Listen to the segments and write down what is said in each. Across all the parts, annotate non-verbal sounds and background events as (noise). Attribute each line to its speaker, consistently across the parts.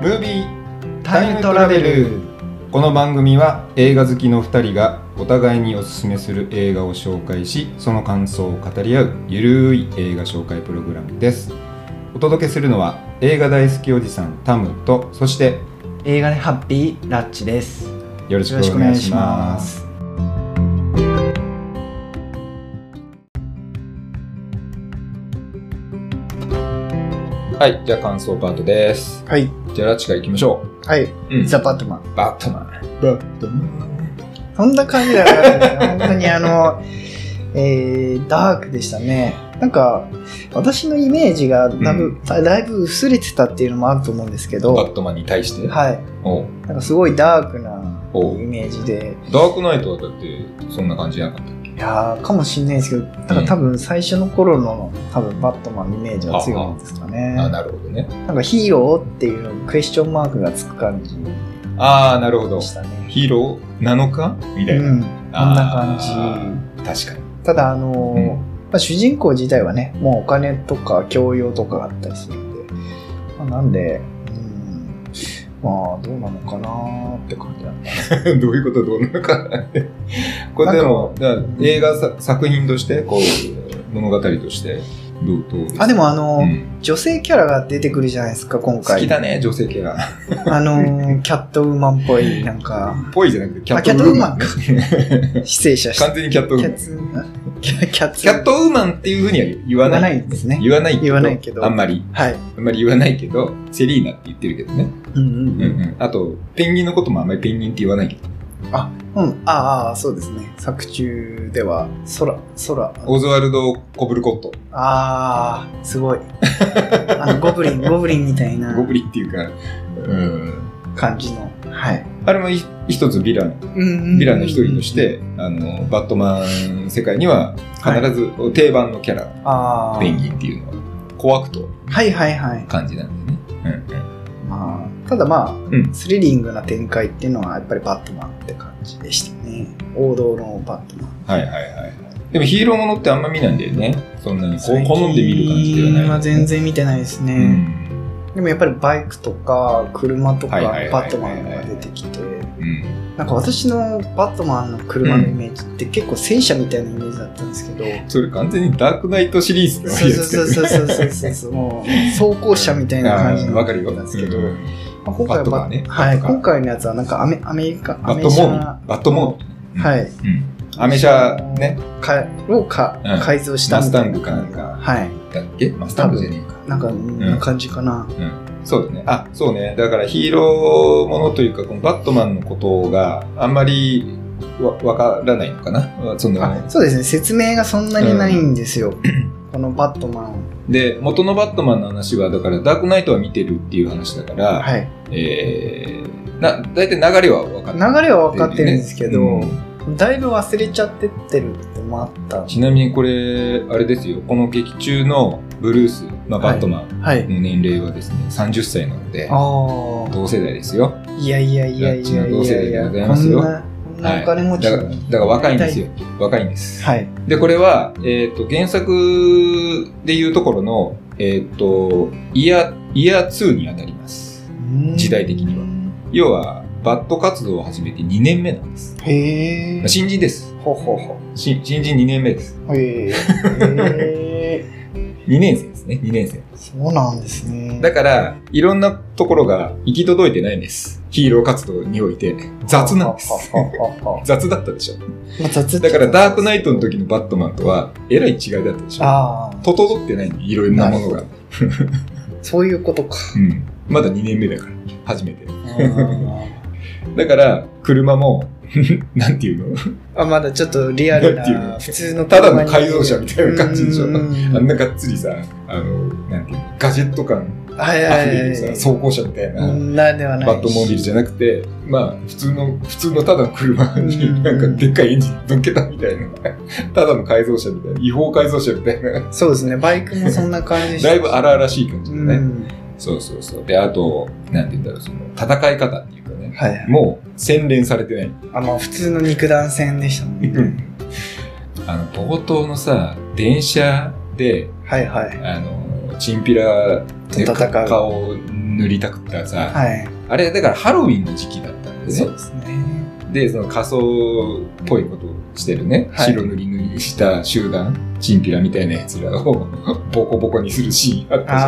Speaker 1: ムービータイムトラベルこの番組は映画好きの2人がお互いにおすすめする映画を紹介しその感想を語り合うゆるい映画紹介プログラムですお届けするのは映画大好きおじさんタムとそして
Speaker 2: 映画でハッピーラッチです
Speaker 1: よろしくお願いしますはいじゃあ感想パートです
Speaker 2: はい
Speaker 1: じゃあラッチからいきましょ
Speaker 2: はい、
Speaker 1: う、うん
Speaker 2: ザ・バットマン
Speaker 1: バットマン
Speaker 2: バットマンそんな感じだから、ね、本当にあの (laughs) えー、ダークでしたねなんか私のイメージがだ,、
Speaker 1: う
Speaker 2: ぶだだいぶ薄れてたっていうのもあると思うんですけど
Speaker 1: バ
Speaker 2: は
Speaker 1: ットマンに対して、
Speaker 2: い
Speaker 1: おう
Speaker 2: なんかすごいダークな
Speaker 1: おう
Speaker 2: イメージで
Speaker 1: ダークナイトはだってそんな感じじゃなかったっ
Speaker 2: いやーかもしんないですけどなんか多分最初の頃の多分バットマンのイメージは強いんですか
Speaker 1: け、
Speaker 2: ね
Speaker 1: あなるほどね
Speaker 2: なんかヒーローっていうのにクエスチョンマークがつく感じで
Speaker 1: ああなるほど
Speaker 2: したね
Speaker 1: ヒーローなのかみたいな、
Speaker 2: うん、こんな
Speaker 1: あ
Speaker 2: 感
Speaker 1: ー確かに
Speaker 2: じ。ただ、あのー
Speaker 1: うん
Speaker 2: まあ、主人公自体はね、もうお金とか教養とかがあったりするんで、まあ、なんで、うん、まあ、どうなのかなーって感じだ
Speaker 1: (laughs)
Speaker 2: ね。
Speaker 1: どういうことどうなのかなってこれでもだから映画さ作品としてこう物語としてどうどうですか
Speaker 2: あ、でも、あのー
Speaker 1: うん
Speaker 2: 女性キャラが出てくるじゃないですか、今
Speaker 1: 好
Speaker 2: 回。
Speaker 1: きだね女性系が
Speaker 2: あのーキャットウーマンっぽい、なん
Speaker 1: (laughs)
Speaker 2: か、
Speaker 1: ぽいじゃなくてキャ
Speaker 2: あ
Speaker 1: ッ
Speaker 2: キャッ
Speaker 1: ト
Speaker 2: ト
Speaker 1: ウー
Speaker 2: ウー
Speaker 1: マ
Speaker 2: マ
Speaker 1: ン
Speaker 2: ン
Speaker 1: ね
Speaker 2: か失礼しました。
Speaker 1: 完全にキャットウーマ
Speaker 2: キャッ
Speaker 1: ン
Speaker 2: ツ、キャキャッツ、
Speaker 1: キャットウーマンっていうふうには言わ
Speaker 2: 言わ
Speaker 1: な
Speaker 2: ないいんですね。
Speaker 1: 言わない
Speaker 2: 言わないけど
Speaker 1: あんまり
Speaker 2: はい。
Speaker 1: あんまり言わないけどセリーナって言ってるけどね、
Speaker 2: うんうん
Speaker 1: うん
Speaker 2: うん。
Speaker 1: うん、あとペンギンのこともあんまりペンギンって言わないけど
Speaker 2: うん、ああ、そうですね。作中では、空、空。
Speaker 1: オズワルド・コブルコット
Speaker 2: ああ、すごい。 (laughs) あの、ゴブリン、ゴブリンみたいな
Speaker 1: ゴブリンっていうか、うん、
Speaker 2: 感じの。はい。
Speaker 1: あれもい一つヴィラン
Speaker 2: ヴ
Speaker 1: ヴィランの一人とし。て、あのバットマン世界には必ず定番のキャラ、
Speaker 2: ああ。
Speaker 1: ペンギンっていうのは怖くと
Speaker 2: はいはいはい。
Speaker 1: 感じなんでね、うんうん
Speaker 2: まあ、ただまあ、
Speaker 1: ん
Speaker 2: スリリングな展開っていうのは、やっぱりバットマンって感じでしたね。王道のバットマ
Speaker 1: は
Speaker 2: ン。
Speaker 1: いはいはいはいでもヒーローものってあんま見ないんだよねそんなにこう好んで見る感じではない
Speaker 2: 最近は全然見てないです
Speaker 1: う
Speaker 2: ね。
Speaker 1: ん、
Speaker 2: でもやっぱりバイクとか、車とか、
Speaker 1: はい
Speaker 2: バ
Speaker 1: はいはいはい
Speaker 2: ットマンが出てきて。
Speaker 1: うん、
Speaker 2: なんか私のバットマンの車のイメージって結構戦車みたいなイメージだったんですけど、
Speaker 1: それ完全にダークナイトシリーズのやつ
Speaker 2: そうそう
Speaker 1: う
Speaker 2: そうそうそうそうそうもう走行車みたいな感じの
Speaker 1: わかるよ
Speaker 2: なんですけど、
Speaker 1: う
Speaker 2: ま
Speaker 1: ん
Speaker 2: あ、今回
Speaker 1: バッ
Speaker 2: は
Speaker 1: トマンね
Speaker 2: はい、
Speaker 1: バットマン
Speaker 2: 今回のやつはなんかアメアメリカア
Speaker 1: バッ
Speaker 2: メ
Speaker 1: トモ
Speaker 2: 車
Speaker 1: ービルバットモービル
Speaker 2: はい、
Speaker 1: ル、うん、アメ車ね
Speaker 2: かをか、
Speaker 1: うん
Speaker 2: 改造したみたいな
Speaker 1: マスタングかなん
Speaker 2: はい
Speaker 1: だっけマスタングじゃねえか
Speaker 2: なんかうんな感じかな、
Speaker 1: そうだね。あ、そうね。だからヒーローものというか、このバットマンのことがあんまりわわからないのかな。その
Speaker 2: あそうですね説明がそんなにないんですよ、このバットマン
Speaker 1: で、元のバットマンの話は、だからダークナイトは見てるっていう話だから、
Speaker 2: はい
Speaker 1: えー、な、大体流れは分かってる、
Speaker 2: 流れは分かってるんですけど、
Speaker 1: うん
Speaker 2: だいぶ忘れちゃってってるってもあったんで
Speaker 1: ちなみにこれ、あれですよ。この劇中のブルース、まあ、
Speaker 2: はい
Speaker 1: バットマン
Speaker 2: はい
Speaker 1: の年齢はですね、30歳なので、
Speaker 2: ああ
Speaker 1: 同世代ですよ。
Speaker 2: いやいやいやいやい
Speaker 1: 同世
Speaker 2: や
Speaker 1: 代で
Speaker 2: いや
Speaker 1: ございますよ
Speaker 2: こんなこんなお金持
Speaker 1: い、
Speaker 2: ち
Speaker 1: だから、だ
Speaker 2: に
Speaker 1: から若いんですよ。若いんです。
Speaker 2: はい。
Speaker 1: で、これは、えっ、と、原作でいうところの、えっ、と、イヤ、イヤー2にあたります。時代的には
Speaker 2: は。
Speaker 1: 要は、バット活動を始めて2年目なんです。
Speaker 2: へえ。
Speaker 1: 新人です。
Speaker 2: ほほほ。
Speaker 1: 新新人2年目です。
Speaker 2: へえ。
Speaker 1: 2年生ですね、2年生。
Speaker 2: そうなんですね。
Speaker 1: だから、いろんなところが行き届いてないんです。ヒーロー活動において。雑なんです。
Speaker 2: (laughs) ははははは
Speaker 1: 雑だったでしょ。
Speaker 2: まあ雑っち
Speaker 1: だ
Speaker 2: ゃ雑
Speaker 1: から、ダークナイトの時のバットマンとは、えらい違いだったでしょ。
Speaker 2: ああ。
Speaker 1: 整ってないのいろんなもの
Speaker 2: な
Speaker 1: が。
Speaker 2: そういうこ
Speaker 1: (laughs)
Speaker 2: とか。
Speaker 1: うん。まだ2年目だから、初めて。
Speaker 2: あー
Speaker 1: だから、車も、 (laughs) なんていうの
Speaker 2: あ、まだちょっとリアル
Speaker 1: なんていうの
Speaker 2: な、普通の
Speaker 1: ただ
Speaker 2: 車
Speaker 1: の
Speaker 2: に
Speaker 1: 改造車みたいな感じでしょ
Speaker 2: うんうんうん
Speaker 1: あんながっつりさ、あの、なんていうのガジェット感
Speaker 2: はい
Speaker 1: あ
Speaker 2: は
Speaker 1: ふ
Speaker 2: い
Speaker 1: れ
Speaker 2: は
Speaker 1: る
Speaker 2: い
Speaker 1: さ、走行車みたいな、
Speaker 2: うんなんではないし
Speaker 1: バットモービルじゃなくて、まあ、普通の、普通のただの車
Speaker 2: う
Speaker 1: に、
Speaker 2: ん
Speaker 1: なんかでっかいエンジンぶっけたみたいな、 (laughs) ただの改造車みたいな、違法改造車みたいな、
Speaker 2: そうですね、バイクもそんな感じでした
Speaker 1: だいぶ荒々しい感じだね。
Speaker 2: うん
Speaker 1: そうそうそう。で、あと、なんて言うんだろう、その、戦い方っていうかね、
Speaker 2: はいはい。
Speaker 1: もう、洗練されてない。
Speaker 2: あの、普通の肉弾戦でしたもんね。
Speaker 1: (laughs) あの、冒頭のさ、電車で、
Speaker 2: はいはい。
Speaker 1: あの、チンピラ
Speaker 2: と戦う
Speaker 1: 顔を塗りたくったさ、
Speaker 2: はい。
Speaker 1: あれだからハロウィンの時期だったんです
Speaker 2: そう
Speaker 1: よ、
Speaker 2: ですね。
Speaker 1: でその仮装っぽいことをしてるね、
Speaker 2: はい
Speaker 1: 白塗り塗りした集団チンピラみたいなやつらをボコボコにするシーンあったじゃん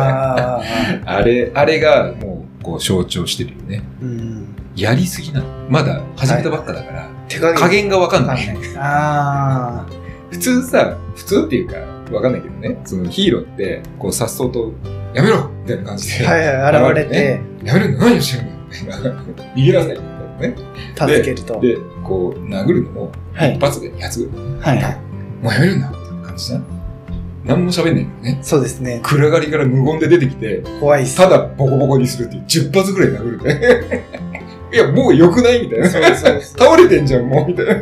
Speaker 2: ああ。
Speaker 1: あれあれがもうこう象徴してるよね
Speaker 2: うん。
Speaker 1: やりすぎなのまだ始めたばっかだから、
Speaker 2: 手加減
Speaker 1: 加減がわかん
Speaker 2: わ
Speaker 1: ない
Speaker 2: かんない。ああ。
Speaker 1: 普通さ普通っていうかわかんないけどねそのヒーローってこうさっそうと「やめろ!」みたいな感じで「
Speaker 2: はいはい、現れて、
Speaker 1: やめろ何をしてるんだ!」みたいな「 (laughs) 逃げなさい」みたいなね
Speaker 2: 助けると。
Speaker 1: でこう殴るのも
Speaker 2: はい
Speaker 1: 一発で二発ぐらい
Speaker 2: はいはい。
Speaker 1: もうやめるんだみたいな感じじゃん何も喋んないんだよね
Speaker 2: そうですね。
Speaker 1: 暗がりから無言で出てきて
Speaker 2: 怖いっす。
Speaker 1: ただボコボコにするっていう10発ぐらい殴るね (laughs) いやもう良くないみたいな
Speaker 2: そうそうそ
Speaker 1: 倒れてんじゃんもうみたいな
Speaker 2: う。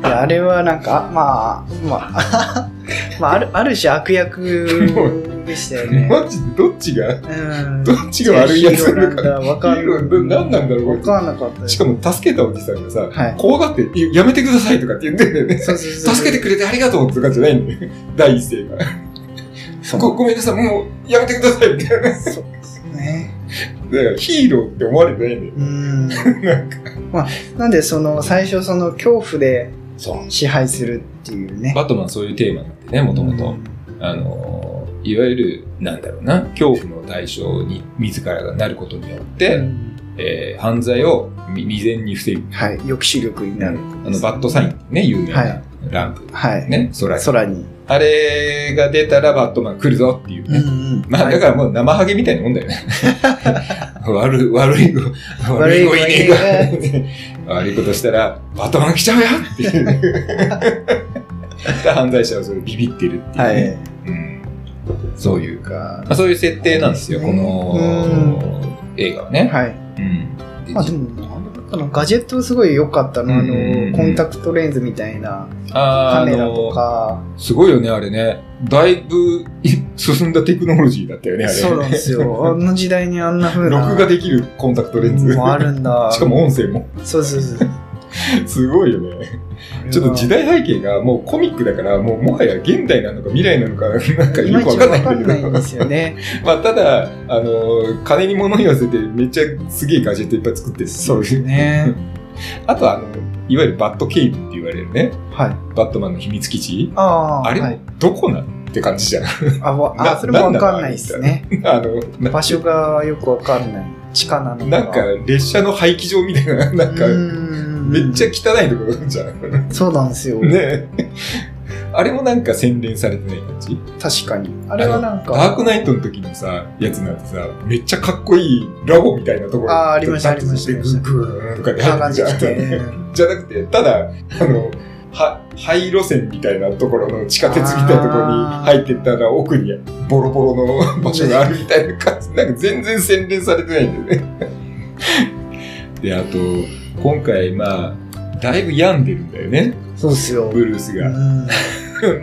Speaker 2: であれはなんか、まあ、まあ、 (laughs) まあ、ある、ある種悪役でしたよね。
Speaker 1: マジでどっちが
Speaker 2: う
Speaker 1: (laughs)
Speaker 2: ん。
Speaker 1: どっちが悪いやつなのか
Speaker 2: ヒーローなんだわか
Speaker 1: ヒーロー
Speaker 2: ん
Speaker 1: 何なんだろうこい
Speaker 2: わ
Speaker 1: つ
Speaker 2: かんなかったです
Speaker 1: しかも助けたおじさんがさ、
Speaker 2: はい
Speaker 1: 怖がっていや、やめてくださいとかって言ってんだよね。
Speaker 2: そうそうそう。
Speaker 1: 助けてくれてありがとうとかじゃないんだよ。第一声が。
Speaker 2: そう
Speaker 1: ごごめんなさい、もうやめてくださいみた (laughs) いな。だか
Speaker 2: そうですね。
Speaker 1: らヒーローって思われてないんだよ。
Speaker 2: うん。まあ、なんでその、最初その恐怖で支配するっていうね。
Speaker 1: バットマンそういうテーマなんでね、もともと。あのー、いわゆる、なんだろうな、恐怖の対象に自らがなることによって、
Speaker 2: うん
Speaker 1: えー犯罪を未未然に防ぐ。
Speaker 2: はい。抑止力になる。
Speaker 1: あの、バットサインってね、有名
Speaker 2: は
Speaker 1: ないランプ。
Speaker 2: はい。
Speaker 1: ね、空に。
Speaker 2: 空に。
Speaker 1: あれが出たらバットマン来るぞっていうね。
Speaker 2: ん
Speaker 1: まあ、だからもう生ハゲみたいなもんだよね。悪い、悪い、悪い子いねえか。悪いことしたら、バトマン来ちゃうよっていう。で犯罪者はそれビビってるっていう、ね
Speaker 2: はい。
Speaker 1: うん。そういう、
Speaker 2: か
Speaker 1: まあ、そういう設定なんですよ、この映画はね。
Speaker 2: はい。
Speaker 1: うん。で
Speaker 2: まあでも、あのあのガジェットすごい良かったな。あ
Speaker 1: うんうんうん
Speaker 2: の、コンタクトレンズみたいな
Speaker 1: あー
Speaker 2: カメラとか。
Speaker 1: あのすごいよね、あれね。だいぶい進んだテクノロジーだったよね、あれ。
Speaker 2: そうなんですよ。あの時代にあんな風な。
Speaker 1: 録画できるコンタクトレンズ。
Speaker 2: もあるんだ。
Speaker 1: しかも音声も。
Speaker 2: そうそうそう。
Speaker 1: すごいよね。 (laughs) ちょっと時代背景がもうコミックだから、もうもはや現代なのか未来なのか、なんか
Speaker 2: い
Speaker 1: よ
Speaker 2: まい
Speaker 1: く
Speaker 2: ち
Speaker 1: わ
Speaker 2: わ
Speaker 1: かんないん
Speaker 2: かん
Speaker 1: だ
Speaker 2: ない
Speaker 1: け
Speaker 2: ん
Speaker 1: ど
Speaker 2: で。すよね。
Speaker 1: (laughs) まあ、ただ、あの、金に物言わせてめっちゃすげえガジェットいっぱい作ってる。
Speaker 2: そうですね。
Speaker 1: (laughs) あとは、あの、いわゆるバットケイブって言われるね。
Speaker 2: はい。
Speaker 1: バットマンの秘密基地。
Speaker 2: ああ。
Speaker 1: あれ
Speaker 2: はい
Speaker 1: もどこなんって感じじゃん。 (laughs)
Speaker 2: あわあ
Speaker 1: な
Speaker 2: それもわかんないですね。
Speaker 1: あの、な
Speaker 2: 場所がよくわかんない。地下なのか。
Speaker 1: なんか列車の排気場みたいな、 (laughs) なんか
Speaker 2: う、ーん
Speaker 1: めっちゃ汚いところじゃん。 (laughs) ね
Speaker 2: そうなんですよ。
Speaker 1: え。あれもなんか洗練されてない感じ
Speaker 2: 確かに。あれはなんか。
Speaker 1: ダークナイトの時のさ、やつなんてさ、めっちゃかっこいいラボみたいなところ
Speaker 2: あーありました
Speaker 1: ダッとして
Speaker 2: ありました
Speaker 1: グーンとかで
Speaker 2: あん
Speaker 1: 入
Speaker 2: な感
Speaker 1: るじ
Speaker 2: じ
Speaker 1: ゃ
Speaker 2: 来
Speaker 1: ん。
Speaker 2: て。
Speaker 1: じゃなくて、ただ、あの、は、廃路線みたいなところの地下鉄みたいなところに
Speaker 2: あー
Speaker 1: 入ってったら奥にボロボロの場所があるみたいな感
Speaker 2: (laughs)
Speaker 1: じ。なんか全然洗練されてないんだよね。で、あと、今回、まあ、だいぶ病んでるんだよね、
Speaker 2: そうっすよ。
Speaker 1: ブルース
Speaker 2: う
Speaker 1: が。
Speaker 2: ん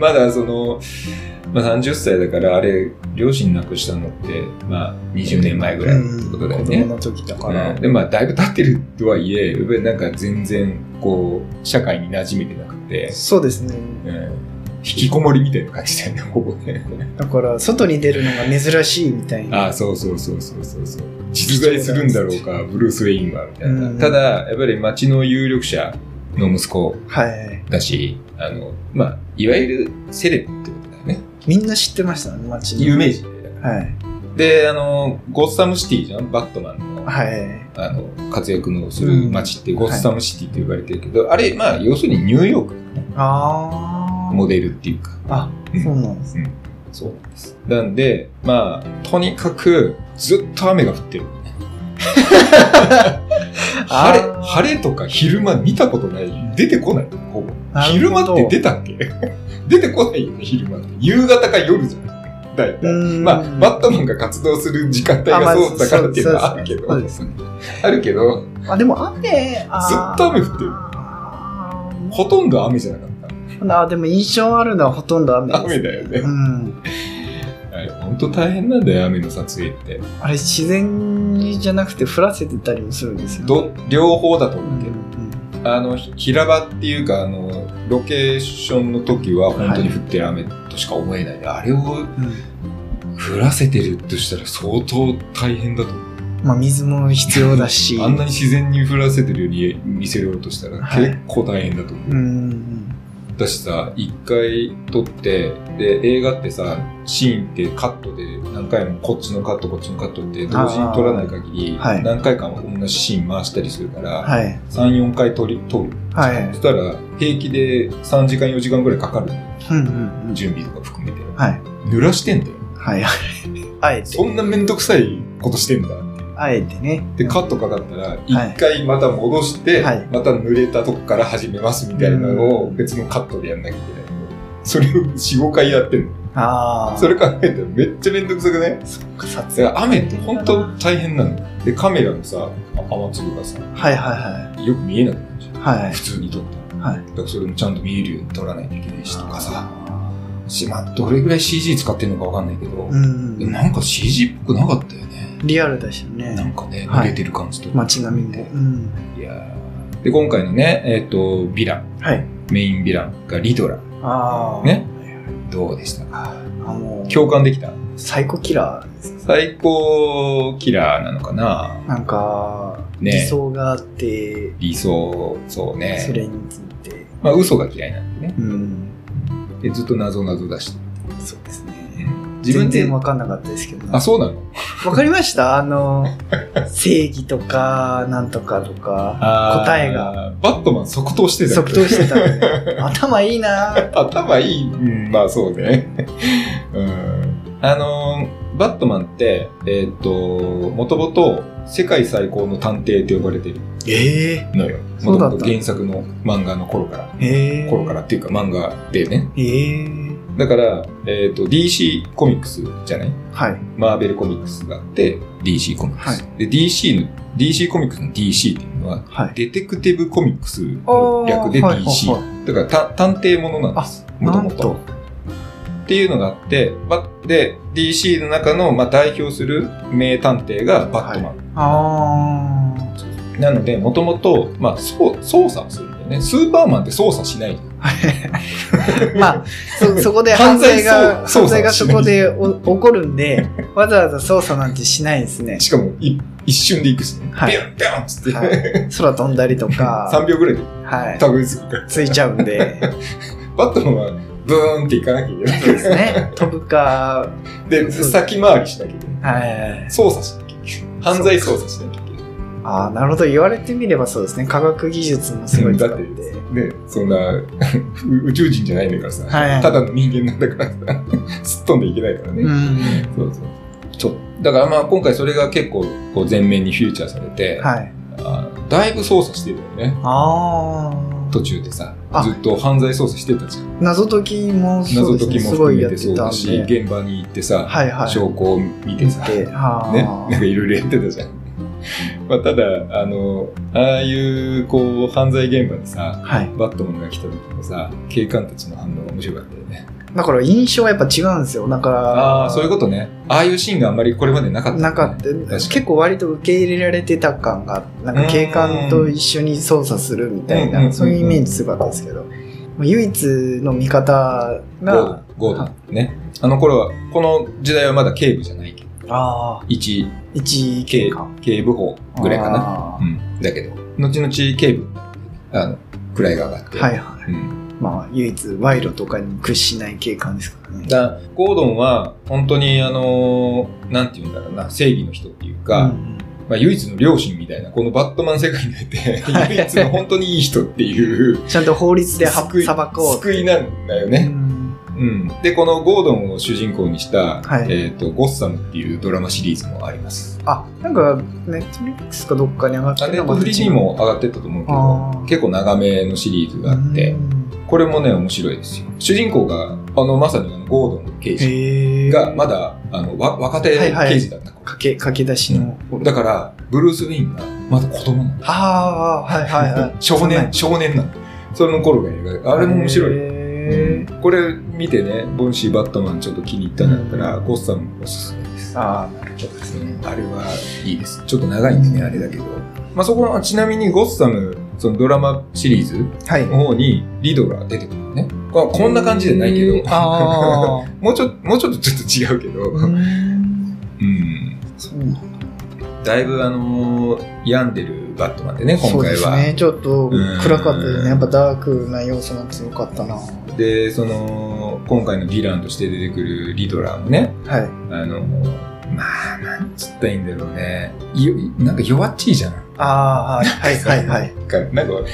Speaker 1: (laughs) まだその、まあ、30歳だからあれ両親亡くしたのって、まあ、20年前ぐらいってことだよ
Speaker 2: 子
Speaker 1: ね
Speaker 2: 供。の時だか
Speaker 1: う
Speaker 2: ら
Speaker 1: ん。でまあだいぶ経ってるとはいえやっぱりなんか全然こう社会に馴染めてなくて、
Speaker 2: そうですね。
Speaker 1: うん、引きこもりみたいな感じだよねほぼね。
Speaker 2: だから、外に出るのが珍しいみたいな。
Speaker 1: ああそうそうそうそうそうそう実在するんだろうかブルース・ウェインはみたいな、
Speaker 2: うん
Speaker 1: ただやっぱり町の有力者の息子
Speaker 2: はい。
Speaker 1: だしあの、まあ、いわゆるセレブってことだよね
Speaker 2: みんな知ってましたね、街の。
Speaker 1: 有名人だよね
Speaker 2: はい。
Speaker 1: で、あの、ゴッサムシティじゃん、バットマンの,、
Speaker 2: はい。
Speaker 1: あの活躍のする街って、ゴッサムシティと呼ばれてるけど、あれ、まあ、要するにニューヨーク
Speaker 2: あ
Speaker 1: の
Speaker 2: あ。
Speaker 1: モデルっていうか、
Speaker 2: あ、そうなんです。
Speaker 1: そうなんです。なんで、まあ、とにかく、ずっと雨が降ってる。晴れ、
Speaker 2: (laughs) あー
Speaker 1: 晴れとか昼間見たことない。出てこない、ほぼ。
Speaker 2: なるほ
Speaker 1: 昼
Speaker 2: ど
Speaker 1: 間って出たっけ (laughs) 出てこないよね、昼間って。夕方か夜じゃん。だいたい。
Speaker 2: うん
Speaker 1: まあ、バットマンが活動する時間帯
Speaker 2: あま
Speaker 1: が
Speaker 2: あ
Speaker 1: そうだからっていうのはあるけど、
Speaker 2: そうですね
Speaker 1: (laughs) あるけど、
Speaker 2: あ、でも雨、あー
Speaker 1: ずっと雨降ってるほとんど雨じゃなかっ
Speaker 2: あ、でも印象あるのはほとんど雨で
Speaker 1: た。
Speaker 2: す。
Speaker 1: 雨だよね
Speaker 2: う。ん。
Speaker 1: はい本当大変なんだよ、雨の撮影って。
Speaker 2: あれ、自然にじゃなくて降らせてたりもするんですよ。
Speaker 1: ど両方だと
Speaker 2: う
Speaker 1: 思うけど、
Speaker 2: ん
Speaker 1: あの、ひ平場っていうか、あの、ロケーションの時は本当に降ってる雨としか思えない。あれを
Speaker 2: うん
Speaker 1: 降らせてるとしたら相当大変だと思う。
Speaker 2: うまあ、水も必要だし。
Speaker 1: (laughs) あんなに自然に降らせてるように見せようとしたら
Speaker 2: はい
Speaker 1: 結構大変だと思う。
Speaker 2: うん。
Speaker 1: だしさ、一回撮って、で、映画ってさ、シーンってカットで何回もこっちのカット、こっちのカットって同時に撮らない限り、
Speaker 2: はい
Speaker 1: 何回か同じシーン回したりするから、
Speaker 2: はい。
Speaker 1: 3、4回撮り、撮る。
Speaker 2: はい
Speaker 1: そしたら、平気で3時間、4時間ぐらいかかる。
Speaker 2: うんうんうん。
Speaker 1: 準備とか含めて。
Speaker 2: はい。
Speaker 1: 濡らしてんだよ。
Speaker 2: はい。あえて
Speaker 1: そ。んなめんどくさいことしてんだ。
Speaker 2: あえてね。
Speaker 1: で、カットかかったら、一回また戻して、
Speaker 2: はい
Speaker 1: また濡れたとこから始めますみたいなのを別のカットでやんなきゃいけない。それを4、5回やってんの。
Speaker 2: あ
Speaker 1: (laughs)
Speaker 2: あ。
Speaker 1: それ考えたらめっちゃめんどくさくね
Speaker 2: 撮
Speaker 1: だから雨って本当大変なの。で、カメラのさ、雨粒がさ、
Speaker 2: はいは
Speaker 1: よく見えなくなるじゃん。
Speaker 2: いはい。はい。
Speaker 1: 普通に撮って。
Speaker 2: はい
Speaker 1: だからそれもちゃんと見えるように撮らないといけないしとかさ。
Speaker 2: あ
Speaker 1: しまあ、どれぐらい CG 使ってんのかわかんないけど
Speaker 2: ー。、うん
Speaker 1: でも。なんか CG っぽくなかったよね。
Speaker 2: リアルだし
Speaker 1: な
Speaker 2: ね。
Speaker 1: んかね、
Speaker 2: は
Speaker 1: 濡
Speaker 2: い
Speaker 1: れてる感じとか。
Speaker 2: 街並みも。うん。
Speaker 1: いやーで、今回のね、えっ、と、ヴィラン、
Speaker 2: はい。
Speaker 1: メインヴィランがリドラ。
Speaker 2: ああ。
Speaker 1: ね。どうでしたか
Speaker 2: あもう。
Speaker 1: 共感できた
Speaker 2: サイコキラーです。
Speaker 1: 最高キラーなのかな
Speaker 2: なんか、
Speaker 1: ね
Speaker 2: 理想があって、
Speaker 1: 理想、そう
Speaker 2: そ
Speaker 1: ね。
Speaker 2: れについて。
Speaker 1: まあ、嘘が嫌いなんでね。
Speaker 2: うん。
Speaker 1: で、ずっと謎々出して。
Speaker 2: そうですね。
Speaker 1: 自分で
Speaker 2: 全然、わかんなかったですけど、ね。
Speaker 1: あ、そうなの
Speaker 2: わかりましたあ
Speaker 1: (laughs)
Speaker 2: の、正義とか、なんとかとか、
Speaker 1: あー
Speaker 2: 答えが。
Speaker 1: バットマン即答してたよ
Speaker 2: 即答してたんで。頭いいなー
Speaker 1: (laughs) 頭いい、うん、まあそうね。 (laughs) うん。あのーバットマンって、えーっ、と、もともと世界最高の探偵って呼ばれてる
Speaker 2: ええ
Speaker 1: のよ。
Speaker 2: そ
Speaker 1: も
Speaker 2: うだ
Speaker 1: と
Speaker 2: っ
Speaker 1: も
Speaker 2: た
Speaker 1: と原作の漫画の頃から。
Speaker 2: ええ
Speaker 1: 頃からっていうか漫画でね。
Speaker 2: ええ
Speaker 1: だから、えーっ、と、DC コミックスじゃない
Speaker 2: はい。
Speaker 1: マーベルコミックスがあって、DC コミックス。で、DC の、DC コミックスの DC っていうのは、
Speaker 2: はい。
Speaker 1: デテクティブコミックスの略で
Speaker 2: あーはい
Speaker 1: DC。
Speaker 2: はい
Speaker 1: だからた探偵ものなんです。もと
Speaker 2: なん
Speaker 1: も
Speaker 2: と
Speaker 1: と。。っていうのがあって、ばで、DC の中の、まあ、代表する名探偵がバットマン。
Speaker 2: あ
Speaker 1: なので、もともと、まあ、そう操作をするんだよね。スーパーマンって操作しない。
Speaker 2: あ。まあ、そ、そこで
Speaker 1: 犯
Speaker 2: 犯
Speaker 1: 罪
Speaker 2: 罪
Speaker 1: 捜
Speaker 2: が、
Speaker 1: 査
Speaker 2: 犯罪が
Speaker 1: し
Speaker 2: そ
Speaker 1: ない
Speaker 2: こでお起こるんで、わざわざ捜査なんてしないですね。
Speaker 1: しかも、い一瞬で行くしね。
Speaker 2: はい
Speaker 1: ビュンビュンっつって、 (laughs)
Speaker 2: はい。空飛んだりとか、
Speaker 1: 3秒ぐらいで
Speaker 2: はい。
Speaker 1: たどり着くから。
Speaker 2: ついちゃうんで、
Speaker 1: バットマンは、ブーンって行かなきゃいけない。
Speaker 2: そうですね。飛ぶか、
Speaker 1: で、
Speaker 2: そう
Speaker 1: 先回りしなきゃいけない。
Speaker 2: はい。
Speaker 1: 操作しなきゃいけない。犯罪操作しなきゃいけない。
Speaker 2: ああ、なるほど。言われてみればそうですね。科学技術もすごい使
Speaker 1: だ
Speaker 2: っ
Speaker 1: って
Speaker 2: て。
Speaker 1: ね、そんな (laughs) 宇宙人じゃないんだからさ、
Speaker 2: はい
Speaker 1: ただの人間なんだから (laughs) さ、すっ飛んでいけないからね。
Speaker 2: うん。
Speaker 1: そうそうちょだからまあ今回それが結構こう前面にフューチャーされて、
Speaker 2: はい。
Speaker 1: あのだいぶ操作してるよね。
Speaker 2: ああ。
Speaker 1: 途中でさ
Speaker 2: あ、
Speaker 1: ずっと犯罪捜査してたじゃん。
Speaker 2: 謎解きもそ
Speaker 1: 謎
Speaker 2: うです
Speaker 1: 解
Speaker 2: ね。
Speaker 1: きも
Speaker 2: す
Speaker 1: 含
Speaker 2: ごい
Speaker 1: め
Speaker 2: やって
Speaker 1: そ
Speaker 2: て
Speaker 1: う
Speaker 2: た
Speaker 1: だ
Speaker 2: ん
Speaker 1: し、
Speaker 2: で。
Speaker 1: 現場に行ってさ、
Speaker 2: はいはい。
Speaker 1: 証拠を見てさ、
Speaker 2: で、はあ
Speaker 1: ね、 (laughs) なんかいろいろやってたじゃん。まあただ、あの、ああいうこう犯罪現場にさ、
Speaker 2: はい。
Speaker 1: バットマンが来た時のさ、警官たちの反応が面白かったよね。
Speaker 2: だから印象はやっぱ違うんですよ。だから、
Speaker 1: ああー、そういうことね。ああいうシーンがあんまりこれまでなかった、
Speaker 2: なんかって、
Speaker 1: かに
Speaker 2: 結構割と受け入れられてた感が、なんか警官と一緒に捜査するみたい
Speaker 1: うんうんうんう
Speaker 2: な、
Speaker 1: ん
Speaker 2: そういうイメージすごかったですけど、もう唯一の味方
Speaker 1: ゴード
Speaker 2: が
Speaker 1: ン、、ゴードンね。あの頃は、この時代はまだ警部じゃないけど、
Speaker 2: ああ、
Speaker 1: 一
Speaker 2: 一
Speaker 1: 警
Speaker 2: 警官
Speaker 1: 警部補ぐらいかな。
Speaker 2: な
Speaker 1: う。ん。だけど、後々警部、あの、位が上がって。
Speaker 2: はいはい。
Speaker 1: うん、
Speaker 2: まあ、唯一賄賂とかに屈しない警官ですからね。
Speaker 1: だゴードンは、本当に、あのーなんて言うんだろうな、正義の人っていうか、
Speaker 2: うん
Speaker 1: まあ、唯一の両親みたいな、このバットマン世界におい
Speaker 2: (laughs)
Speaker 1: て、唯一の本当にいい人っていう、
Speaker 2: ちゃんと法律では
Speaker 1: 救い
Speaker 2: 裁こうって
Speaker 1: 救いなんだよね。
Speaker 2: うん
Speaker 1: うん、でこのゴードンを主人公にした「
Speaker 2: はい
Speaker 1: えー、とゴッサム」っていうドラマシリーズもあります
Speaker 2: あ、なんか、ネットフリックスかどっかに上がって
Speaker 1: あ
Speaker 2: た
Speaker 1: ネットフリーにも上がってったと思うけ
Speaker 2: あ
Speaker 1: ど
Speaker 2: ー
Speaker 1: 結構長めのシリーズがあって
Speaker 2: うん
Speaker 1: これもね面白いですよ主人公があのまさにあのゴードン刑事
Speaker 2: へえ。
Speaker 1: がまだあのわ若手
Speaker 2: はいはい
Speaker 1: 刑事だった頃、
Speaker 2: かけ、駆け出しの。
Speaker 1: だからブルース・ウィンがまだ子供なの。
Speaker 2: ああ、はいはいはい
Speaker 1: 少年少年なのその頃が描 (laughs) いあれも面白い
Speaker 2: い
Speaker 1: これ見てねボンシー・バットマンちょっと気に入ったんだったら、ゴッサムおすすめです
Speaker 2: ああ、なるほどですね。
Speaker 1: あれはいいです。ちょっと長いんでね、あれだけど。まあ、そこの、ちなみにゴッサム、そのドラマシリーズ
Speaker 2: はい。
Speaker 1: の方にリドラー出てくるのね。まあこんな感じじゃないけど、
Speaker 2: ああ。
Speaker 1: もうちょっと、もうちょっとちょっと違うけど、
Speaker 2: うーん
Speaker 1: うん。
Speaker 2: そうなんだ
Speaker 1: だいぶあのー病んでるバットマンでね
Speaker 2: そ
Speaker 1: 今
Speaker 2: うで
Speaker 1: 回
Speaker 2: す
Speaker 1: は
Speaker 2: ね。ちょっと暗かったです
Speaker 1: うん
Speaker 2: ね。やっぱダークな要素が強かったな。は
Speaker 1: でその今回のヴィランとして出てくるリドラーもね
Speaker 2: い。
Speaker 1: あのーまあなんつったらいいんだろうねよなんか弱っちいじゃん
Speaker 2: ああ、はいはいはい。
Speaker 1: なんか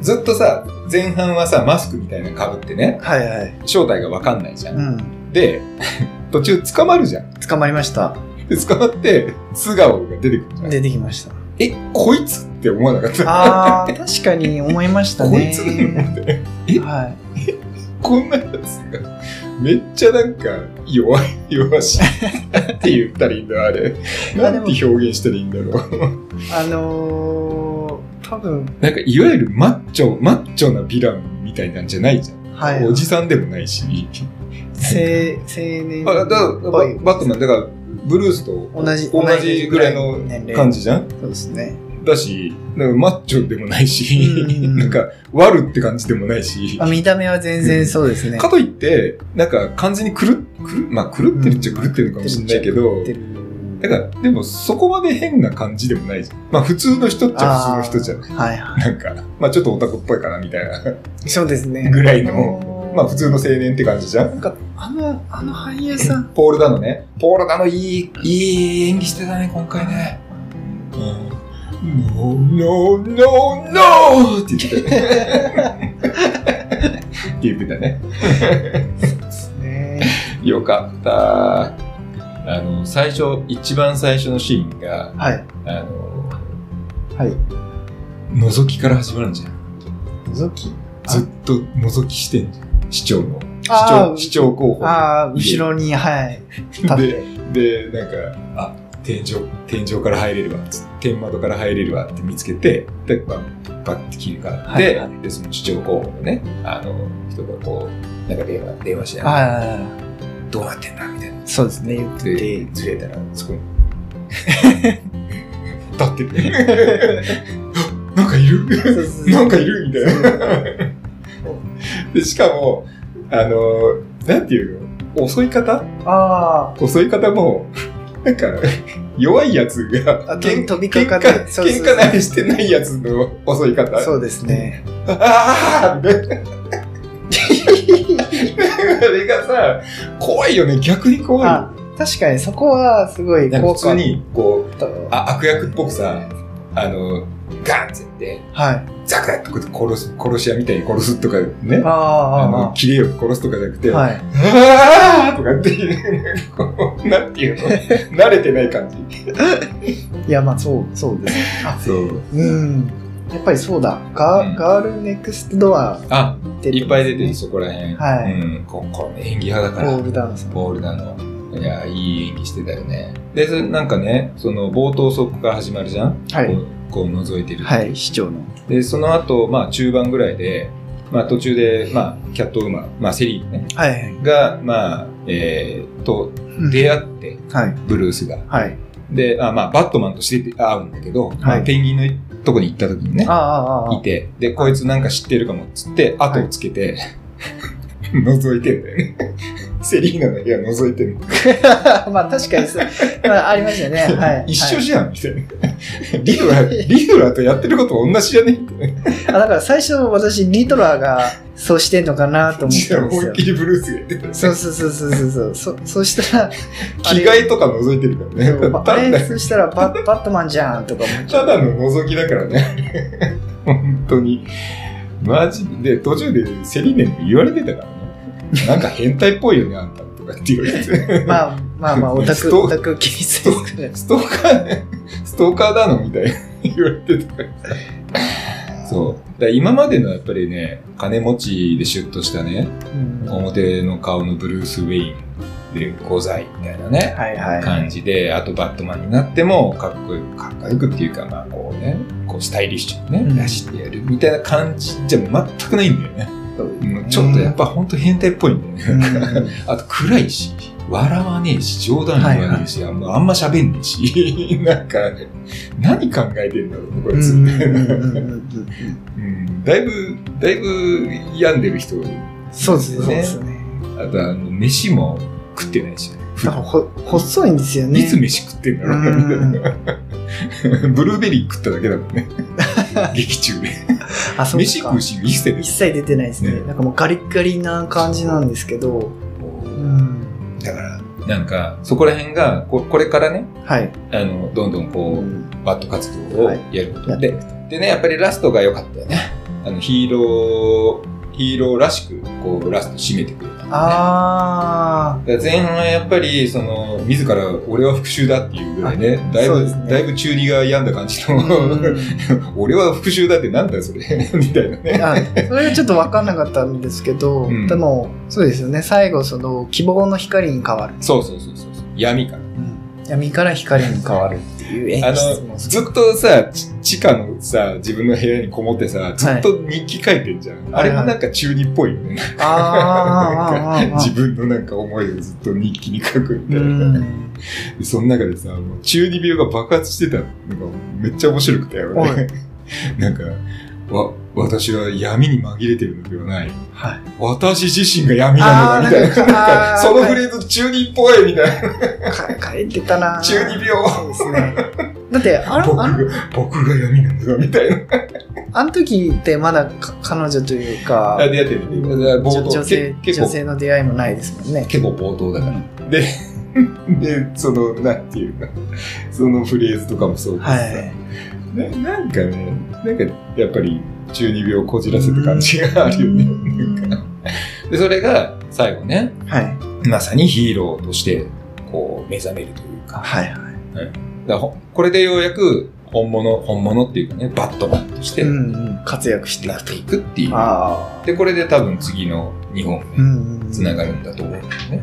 Speaker 1: ずっとさ前半はさマスクみたいなのかぶってね
Speaker 2: はいはい。
Speaker 1: 正体が分かんないじゃん、
Speaker 2: うん。
Speaker 1: で (laughs) 途中捕まるじゃん
Speaker 2: 捕まりました。
Speaker 1: で捕まって素顔が出てくるじゃん
Speaker 2: 出てきました。
Speaker 1: えこいつって思わなかった
Speaker 2: ああ、確かに思いましたね。
Speaker 1: こいつだよってえ
Speaker 2: はい。
Speaker 1: こんなやつがめっちゃなんか弱い弱しいなんて言ったらいいんだあれ
Speaker 2: まあ
Speaker 1: な
Speaker 2: で
Speaker 1: ん
Speaker 2: も
Speaker 1: て表現したらいいんだろう
Speaker 2: あのー、多分
Speaker 1: なんかいわゆるマッチョマッチョなヴィランみたいなんじゃないじゃん、
Speaker 2: はい。
Speaker 1: おじさんでもないし
Speaker 2: 青青年
Speaker 1: あだからバ
Speaker 2: はい
Speaker 1: バットマンだからブルースと
Speaker 2: 同じ
Speaker 1: 同じぐらいの感じじゃん
Speaker 2: そうですね。
Speaker 1: だしなんかマッチョでもないし、
Speaker 2: うんうんうん
Speaker 1: なんか悪って感じでもないし
Speaker 2: あ見た目は全然そ
Speaker 1: (laughs)
Speaker 2: うですね。
Speaker 1: かといってなんか完全に狂っ狂っまあ狂ってるっちゃ狂ってるのかもしれないけど、
Speaker 2: ってる
Speaker 1: だからでもそこまで変な感じでもないじゃんまあ普通の人っちゃ普通の人じゃん
Speaker 2: あーはいは
Speaker 1: なんかまあちょっとオタクっぽいかなみたいな
Speaker 2: い。そうですね。
Speaker 1: ぐらいの
Speaker 2: の
Speaker 1: まあ普通の青年って感じじゃん
Speaker 2: なんか、あの、あの俳優さん。
Speaker 1: ポールダのねポールダのいいいい演技してたね今回ねうん No, no, no, no! って言ってたね。って言ってたね。
Speaker 2: ね
Speaker 1: よかった。あの、最初、一番最初のシーンが、
Speaker 2: はい。
Speaker 1: あの、
Speaker 2: はい。
Speaker 1: 覗きから始まるんじゃん。
Speaker 2: 覗き
Speaker 1: ずっと覗きしてんじゃん。市長の。市
Speaker 2: あ
Speaker 1: 長、
Speaker 2: ー
Speaker 1: 市長候補。
Speaker 2: ああ、後ろに、はい。立って。
Speaker 1: で、なんか、あ、天井、天井から入れるわ、つって天窓から入れるわって見つけて、で、バッ、バッて切り替わって、
Speaker 2: はいは
Speaker 1: で、その市長候補のね、あの、人がこう、なんか電話、電話しながら、
Speaker 2: あ
Speaker 1: どうなってんだみたいな。
Speaker 2: あ、そうですね、言って
Speaker 1: で
Speaker 2: て、。
Speaker 1: ずれたら、そこ
Speaker 2: (laughs)
Speaker 1: に。立って (laughs) て。あなんかいる
Speaker 2: そうそう
Speaker 1: なんかいるみたいな。でしかも、あの、なんていうの襲い方
Speaker 2: あ
Speaker 1: 襲い方も、 (laughs) なんか、弱いやつが、
Speaker 2: あと飛びかか
Speaker 1: 喧
Speaker 2: って
Speaker 1: 嘩
Speaker 2: そうそう
Speaker 1: 喧嘩慣れしてないやつの襲い方。
Speaker 2: あ、そうですね。
Speaker 1: (laughs) あああ (laughs) れがさ、怖いよね。逆に怖い。
Speaker 2: あ確かにそこはすごい
Speaker 1: なんか
Speaker 2: 効
Speaker 1: 普通
Speaker 2: 果
Speaker 1: に、こう、
Speaker 2: だった
Speaker 1: あ悪役っぽくさ、あの、ガンってやって、
Speaker 2: はい。
Speaker 1: ザクッと殺す、殺し屋みたいに殺すとかね。
Speaker 2: あ
Speaker 1: あ
Speaker 2: あ
Speaker 1: の、
Speaker 2: あ
Speaker 1: 切れよく殺すとかじゃなくて、
Speaker 2: あ、はい。
Speaker 1: あーとかっていう、こうなんていうの慣れてない感じ。
Speaker 2: いや、まあ、そう、そうで
Speaker 1: (laughs)
Speaker 2: す。あ
Speaker 1: そう。
Speaker 2: うん。やっぱりそうだ。ガ,、
Speaker 1: うん
Speaker 2: ガールネクストドア
Speaker 1: あ、
Speaker 2: 出てますね、
Speaker 1: いっぱい出てる、そこら辺。
Speaker 2: はい
Speaker 1: うん、ここ演技派だ
Speaker 2: ポ
Speaker 1: から。
Speaker 2: ールダンス。
Speaker 1: ボールなの。いや、いい演技してたよね。で、そなんかね、その冒頭そこから始まるじゃん。
Speaker 2: は
Speaker 1: こ
Speaker 2: い。
Speaker 1: うこう覗いてる。
Speaker 2: はい、市長の。
Speaker 1: で、その後、まあ中盤ぐらいで、まあ途中で、まあキャットウーマン、まあセリーヌね、
Speaker 2: はいはい。
Speaker 1: が、まあ、えー、と
Speaker 2: うん
Speaker 1: 出会って、
Speaker 2: はい。
Speaker 1: ブルースが。
Speaker 2: はい。
Speaker 1: で、あまあバットマンとして会うんだけど、まあ
Speaker 2: はい
Speaker 1: ペンギンのとこに行った時にね
Speaker 2: あ、あ、ああ。
Speaker 1: いて、で、こいつなんか知ってるかもっつって、後をつけて、 (laughs) 覗いてんだよ
Speaker 2: (laughs)
Speaker 1: ね。セリーナの部屋覗いてんの。
Speaker 2: あ (laughs) まあ、確かにそう。まあ、ありまし
Speaker 1: (laughs)
Speaker 2: たね。はい。
Speaker 1: 一緒
Speaker 2: はい
Speaker 1: じゃんみ
Speaker 2: (laughs)
Speaker 1: たいな。リドラ、リドラとやってること同じじゃねみたいな。
Speaker 2: あだから最初、私、リトラーがそうしてんのかなと思っ
Speaker 1: じ
Speaker 2: た
Speaker 1: ゃあ
Speaker 2: んで
Speaker 1: 思
Speaker 2: す
Speaker 1: いっ
Speaker 2: よ。
Speaker 1: きりブルースがやってたよね。
Speaker 2: そうそうそうそうそうそう。そそうした
Speaker 1: (laughs)
Speaker 2: ら、
Speaker 1: 着替えとか覗いてるからね。
Speaker 2: そうあ
Speaker 1: 単な
Speaker 2: れ、
Speaker 1: る
Speaker 2: そしたらバッ、バットマンじゃんとか思っちゃ
Speaker 1: た
Speaker 2: う。
Speaker 1: だの覗きだからね。本当に。マジで、途中でセリーナにも言われてたからね。なんか変態っぽいよね、あんたとかって言われて。
Speaker 2: まあまあまあ、オタク、オタク気にするから。
Speaker 1: ストーカーね、 (laughs) ストーカーだのみたいに言われてたからさ。そう。だから今までのやっぱりね、金持ちでシュッとしたね、
Speaker 2: うんは
Speaker 1: 表の顔のブルース・ウェインでございみたいなね、
Speaker 2: いはい。
Speaker 1: 感じで、あとバットマンになってもかっこよく、かっこよくっていうか、まあこうね、こうスタイリッシュに
Speaker 2: うん
Speaker 1: ね、出してやるみたいな感じじゃ全くないんだよね。
Speaker 2: そうです
Speaker 1: もう
Speaker 2: ね
Speaker 1: ちょっとやっぱほんと変態っぽいんだよね。
Speaker 2: うん
Speaker 1: あと暗いし、笑わねえし、冗談言わねえし、あんまあんま喋んねえし、 (laughs) なんか、何考えてんだろうね、こいつ。
Speaker 2: うんうんうんうんうん
Speaker 1: うんだいぶ、だいぶ病んでる人。
Speaker 2: そうですね。そう
Speaker 1: ね
Speaker 2: ですね。
Speaker 1: あと、あの、飯も食ってないし、
Speaker 2: だからほ細いんですよね。
Speaker 1: いつ飯食ってんだ
Speaker 2: う
Speaker 1: ろうなみたい
Speaker 2: ん
Speaker 1: な。 (laughs) ブルーベリー食っただけだも
Speaker 2: (laughs)
Speaker 1: んね。劇中で。
Speaker 2: あ、そう
Speaker 1: 飯食
Speaker 2: か
Speaker 1: う。シーン一切で
Speaker 2: 一
Speaker 1: す。
Speaker 2: 切出てないですね。
Speaker 1: ね
Speaker 2: なんかもうガリッガリな感じなんですけど。うん。
Speaker 1: だから、なんか、そこら辺が、ここれからね、
Speaker 2: はい。
Speaker 1: あの、どんどんこう、
Speaker 2: ん
Speaker 1: バット活動を
Speaker 2: はい
Speaker 1: やること
Speaker 2: やっ
Speaker 1: で、
Speaker 2: ていくと
Speaker 1: でね、やっぱりラストが良かったよね。あの、ヒーロー、ヒーローらしく、こう、ラスト締めてくれた、ね。
Speaker 2: あ
Speaker 1: だから前半はやっぱり、その、自ら俺は復讐だっていうぐらいね、だい
Speaker 2: そう
Speaker 1: ぶ、
Speaker 2: ですね
Speaker 1: だいぶ中二が病んだ感じ
Speaker 2: ー。う
Speaker 1: の、
Speaker 2: ん
Speaker 1: (laughs) 俺は復讐だってなんだよ、それ。 (laughs) みたいなね。
Speaker 2: あそれがちょっと分かんなかったんですけど、
Speaker 1: うん
Speaker 2: でもそうですよね最後その希望の光に変わる、
Speaker 1: そうそうそうそうそう。闇から。
Speaker 2: 闇から光に変わるっていう演
Speaker 1: あ
Speaker 2: 出
Speaker 1: の、
Speaker 2: も
Speaker 1: ずっとさ、ち地下のさ、自分の部屋にこもってさ、ずっと日記書いてんじゃん。
Speaker 2: は
Speaker 1: あ
Speaker 2: い
Speaker 1: れもなんか中二っぽいよね。
Speaker 2: ああああああ
Speaker 1: 自分のなんか思いをずっと日記に書くみたい
Speaker 2: う
Speaker 1: な。
Speaker 2: ん
Speaker 1: でその中でさ、もう中二病が爆発してたのがめっちゃ面白くて、俺
Speaker 2: はい
Speaker 1: (laughs) なんか、わ、私は闇に紛れてるのではない。
Speaker 2: はい
Speaker 1: 私自身が闇なのだ、みたいな。なんかそのフレーズ中二っぽいみたいな。
Speaker 2: か書いてたな
Speaker 1: 中二病
Speaker 2: そうですねだってあ
Speaker 1: 僕
Speaker 2: のあ
Speaker 1: が
Speaker 2: の、
Speaker 1: 僕が闇なのだ、みたいな。
Speaker 2: あの時ってまだか彼女というか
Speaker 1: あ、でやってみて。冒
Speaker 2: 女
Speaker 1: 頭
Speaker 2: 女性
Speaker 1: け結
Speaker 2: 女
Speaker 1: 構
Speaker 2: 性の出会いもないですもんね
Speaker 1: 結構冒頭だから。で、 (laughs) で、その、なんていうか、そのフレーズとかもそうですさ、
Speaker 2: はい
Speaker 1: ななんかね、なんかやっぱり中二病をこじらせた感じがあるよね。で、それが最後ね、
Speaker 2: はい
Speaker 1: まさにヒーローとして、こう、目覚めるというか、
Speaker 2: は
Speaker 1: だ
Speaker 2: い
Speaker 1: からほこれでようやく本物、本物っていうかね、バットマンとして
Speaker 2: う
Speaker 1: なん
Speaker 2: うん、活躍してい
Speaker 1: っ
Speaker 2: くと
Speaker 1: ていくっていう。
Speaker 2: ああ
Speaker 1: で、これで多分次の日本目
Speaker 2: んうん
Speaker 1: つながるんだと思うんだよね、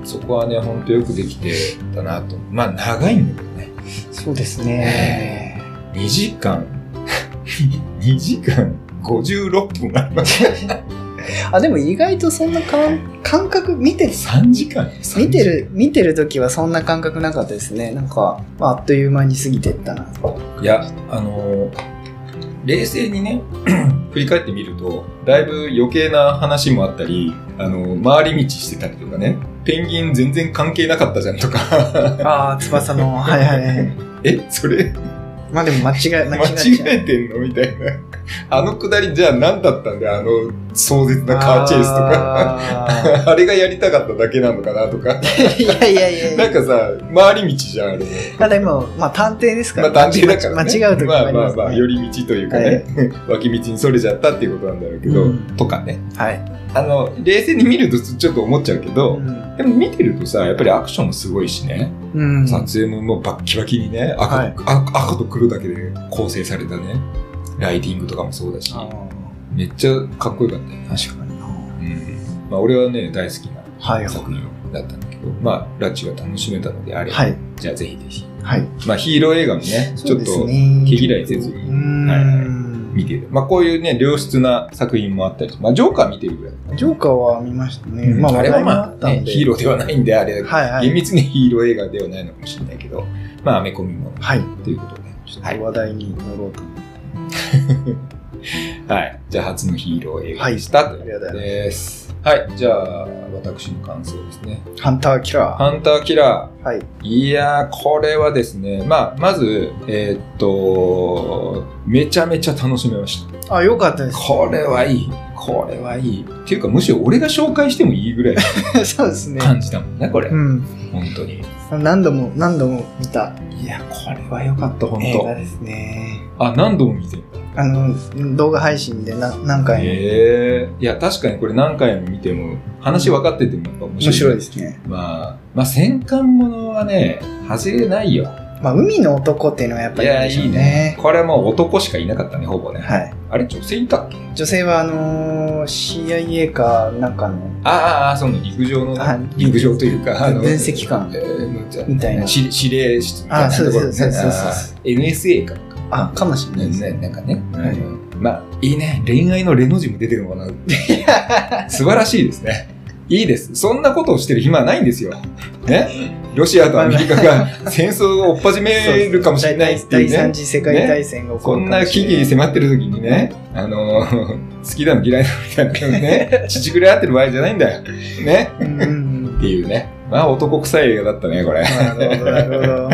Speaker 1: うん、そこはねほんとよくできてたなとまあ長いんだけどね
Speaker 2: そうですね。
Speaker 1: 2時間 (laughs) 2時間56分あります
Speaker 2: (laughs) あでも意外とそんな感感覚見てる
Speaker 1: 3時間
Speaker 2: 見てる見てる時はそんな感覚なかったですね。なんか、まあ、あっという間に過ぎてったな。
Speaker 1: いやあのー冷静にね (clears throat) 振り返ってみるとだいぶ余計な話もあったりあのー回り道してたりとかねペンギン全然関係なかったじゃんとか (laughs)
Speaker 2: ああ翼のはいはいはい。
Speaker 1: えそれ
Speaker 2: まあでも間違い間
Speaker 1: 間
Speaker 2: 違い
Speaker 1: 違えてんのみたいな。あのくだりじゃあ何だったんだよあの壮絶なカーチェイスとか。
Speaker 2: か。
Speaker 1: (laughs) あれがやりたかっただけなのかなとか。
Speaker 2: (laughs) いやいやいやい
Speaker 1: な
Speaker 2: や
Speaker 1: ん。かさ、回り道じゃん、あれ。
Speaker 2: ただ今まあ探偵ですか
Speaker 1: まあ
Speaker 2: ら。
Speaker 1: 探偵だから、ね。
Speaker 2: 間違う時も
Speaker 1: ま
Speaker 2: あ
Speaker 1: あ
Speaker 2: りま
Speaker 1: ますあ
Speaker 2: ね。
Speaker 1: まあ、寄り道というかね、 (laughs) 脇道にそれちゃったっていうことなんだろうけど、
Speaker 2: うん
Speaker 1: とかね。
Speaker 2: はい。
Speaker 1: あの、冷静に見るとちょっと思っちゃうけど、
Speaker 2: うん
Speaker 1: でも見てるとさ、やっぱりアクションもすごいしね、
Speaker 2: うん。
Speaker 1: 撮影ももうバッキバキにね、赤と,、
Speaker 2: はい
Speaker 1: あ赤と黒だけで構成されたね、ライティングとかもそうだし、
Speaker 2: あ
Speaker 1: めっちゃかっこよかったよ、ね
Speaker 2: ー確かにな。
Speaker 1: うんまあ、俺はね大好きな
Speaker 2: はいは
Speaker 1: 作品だったんだけど、まあ、ラッチが楽しめたのであれ
Speaker 2: い。
Speaker 1: ば、
Speaker 2: はい。
Speaker 1: じゃあぜひぜひ、
Speaker 2: はい。
Speaker 1: まあ、ヒーロー映画もねちょ
Speaker 2: そう
Speaker 1: っ
Speaker 2: で
Speaker 1: と
Speaker 2: すね
Speaker 1: 毛嫌いせず
Speaker 2: う
Speaker 1: に
Speaker 2: ん
Speaker 1: はいはい見てる、まあ、こういうね良質な作品もあったりまあ、ジョーカー見てるぐらい、
Speaker 2: ジョーカーは見ましたね。
Speaker 1: うん
Speaker 2: まあ、
Speaker 1: あ
Speaker 2: 話
Speaker 1: れは
Speaker 2: 題もあ
Speaker 1: ま
Speaker 2: った
Speaker 1: あ、ね、
Speaker 2: んで。
Speaker 1: ヒーローではないんであれだけど、
Speaker 2: はいはい
Speaker 1: 厳密にヒーロー映画ではないのかもしれないけどまあアメコミも
Speaker 2: はい。
Speaker 1: ということで、
Speaker 2: ちょっ
Speaker 1: はい
Speaker 2: と話題に乗ろうと思って。
Speaker 1: はい、じゃあ初のヒーロー映画でした、ということですはいじゃあ私の感想ですね
Speaker 2: ハンターキラ
Speaker 1: ハンターキラー
Speaker 2: ー。はい。
Speaker 1: いやー、これはですね、まあ、まず、えーっと、めちゃめちゃ楽しめました。
Speaker 2: あ、よかったで
Speaker 1: これはいい。これはいい。っていうか、むしろ俺が紹介してもいいぐらいの
Speaker 2: す。 (laughs) そうですね。
Speaker 1: 感じだもんね、これ
Speaker 2: う。ん。
Speaker 1: 本当に。
Speaker 2: 何度も何度も見た
Speaker 1: いや、これは良かった、本
Speaker 2: 映画ですね。
Speaker 1: 当。あ、何度も見てるんだ。
Speaker 2: あの、動画配信でな何回も。
Speaker 1: へえー。いや、確かにこれ何回も見ても、話分かっててもやっぱ面白い。
Speaker 2: 面白いですね。
Speaker 1: まあ、まあ、戦艦ものはね、外れないよ。
Speaker 2: まあ、海の男っていうのはやっぱ
Speaker 1: い
Speaker 2: り
Speaker 1: や、
Speaker 2: んでしょ
Speaker 1: いういね。。これはもう男しかいなかったね、ほぼね。
Speaker 2: はい。
Speaker 1: あれ、女性いたっけ
Speaker 2: 女性は、あのー、CIA かなんかの、
Speaker 1: ああああ、その陸上のね
Speaker 2: はい
Speaker 1: 陸上というか、あの
Speaker 2: 分析官
Speaker 1: えー
Speaker 2: みたいな
Speaker 1: し指令室みたい
Speaker 2: あ
Speaker 1: な
Speaker 2: そう
Speaker 1: と
Speaker 2: です
Speaker 1: ころね。
Speaker 2: そうですそうです
Speaker 1: あー NSA か。
Speaker 2: あ、かもしれないですね。
Speaker 1: ね、なんかね、
Speaker 2: はい
Speaker 1: うんまあ、いいね。恋愛のレの字も出てるのか
Speaker 2: (laughs)
Speaker 1: な。素晴らしいですね。いいです。そんなことをしてる暇はないんですよ。ね。ロシアとアメリカが戦争を追っ始めるかもしれないってい
Speaker 2: 第
Speaker 1: う
Speaker 2: 三
Speaker 1: ね。
Speaker 2: 次世界大戦が起こ
Speaker 1: こ
Speaker 2: る
Speaker 1: ん
Speaker 2: か
Speaker 1: な
Speaker 2: もし
Speaker 1: 危
Speaker 2: れ
Speaker 1: 機に迫ってる時にね、あの (laughs) 好きだの嫌いだのみたいな
Speaker 2: (laughs)
Speaker 1: ね、父ぐらい合ってる場合じゃないんだよ。ね。
Speaker 2: うんうんうん
Speaker 1: っていうね。まあ男臭い映画だったね、これ。
Speaker 2: なるほど、なるほど。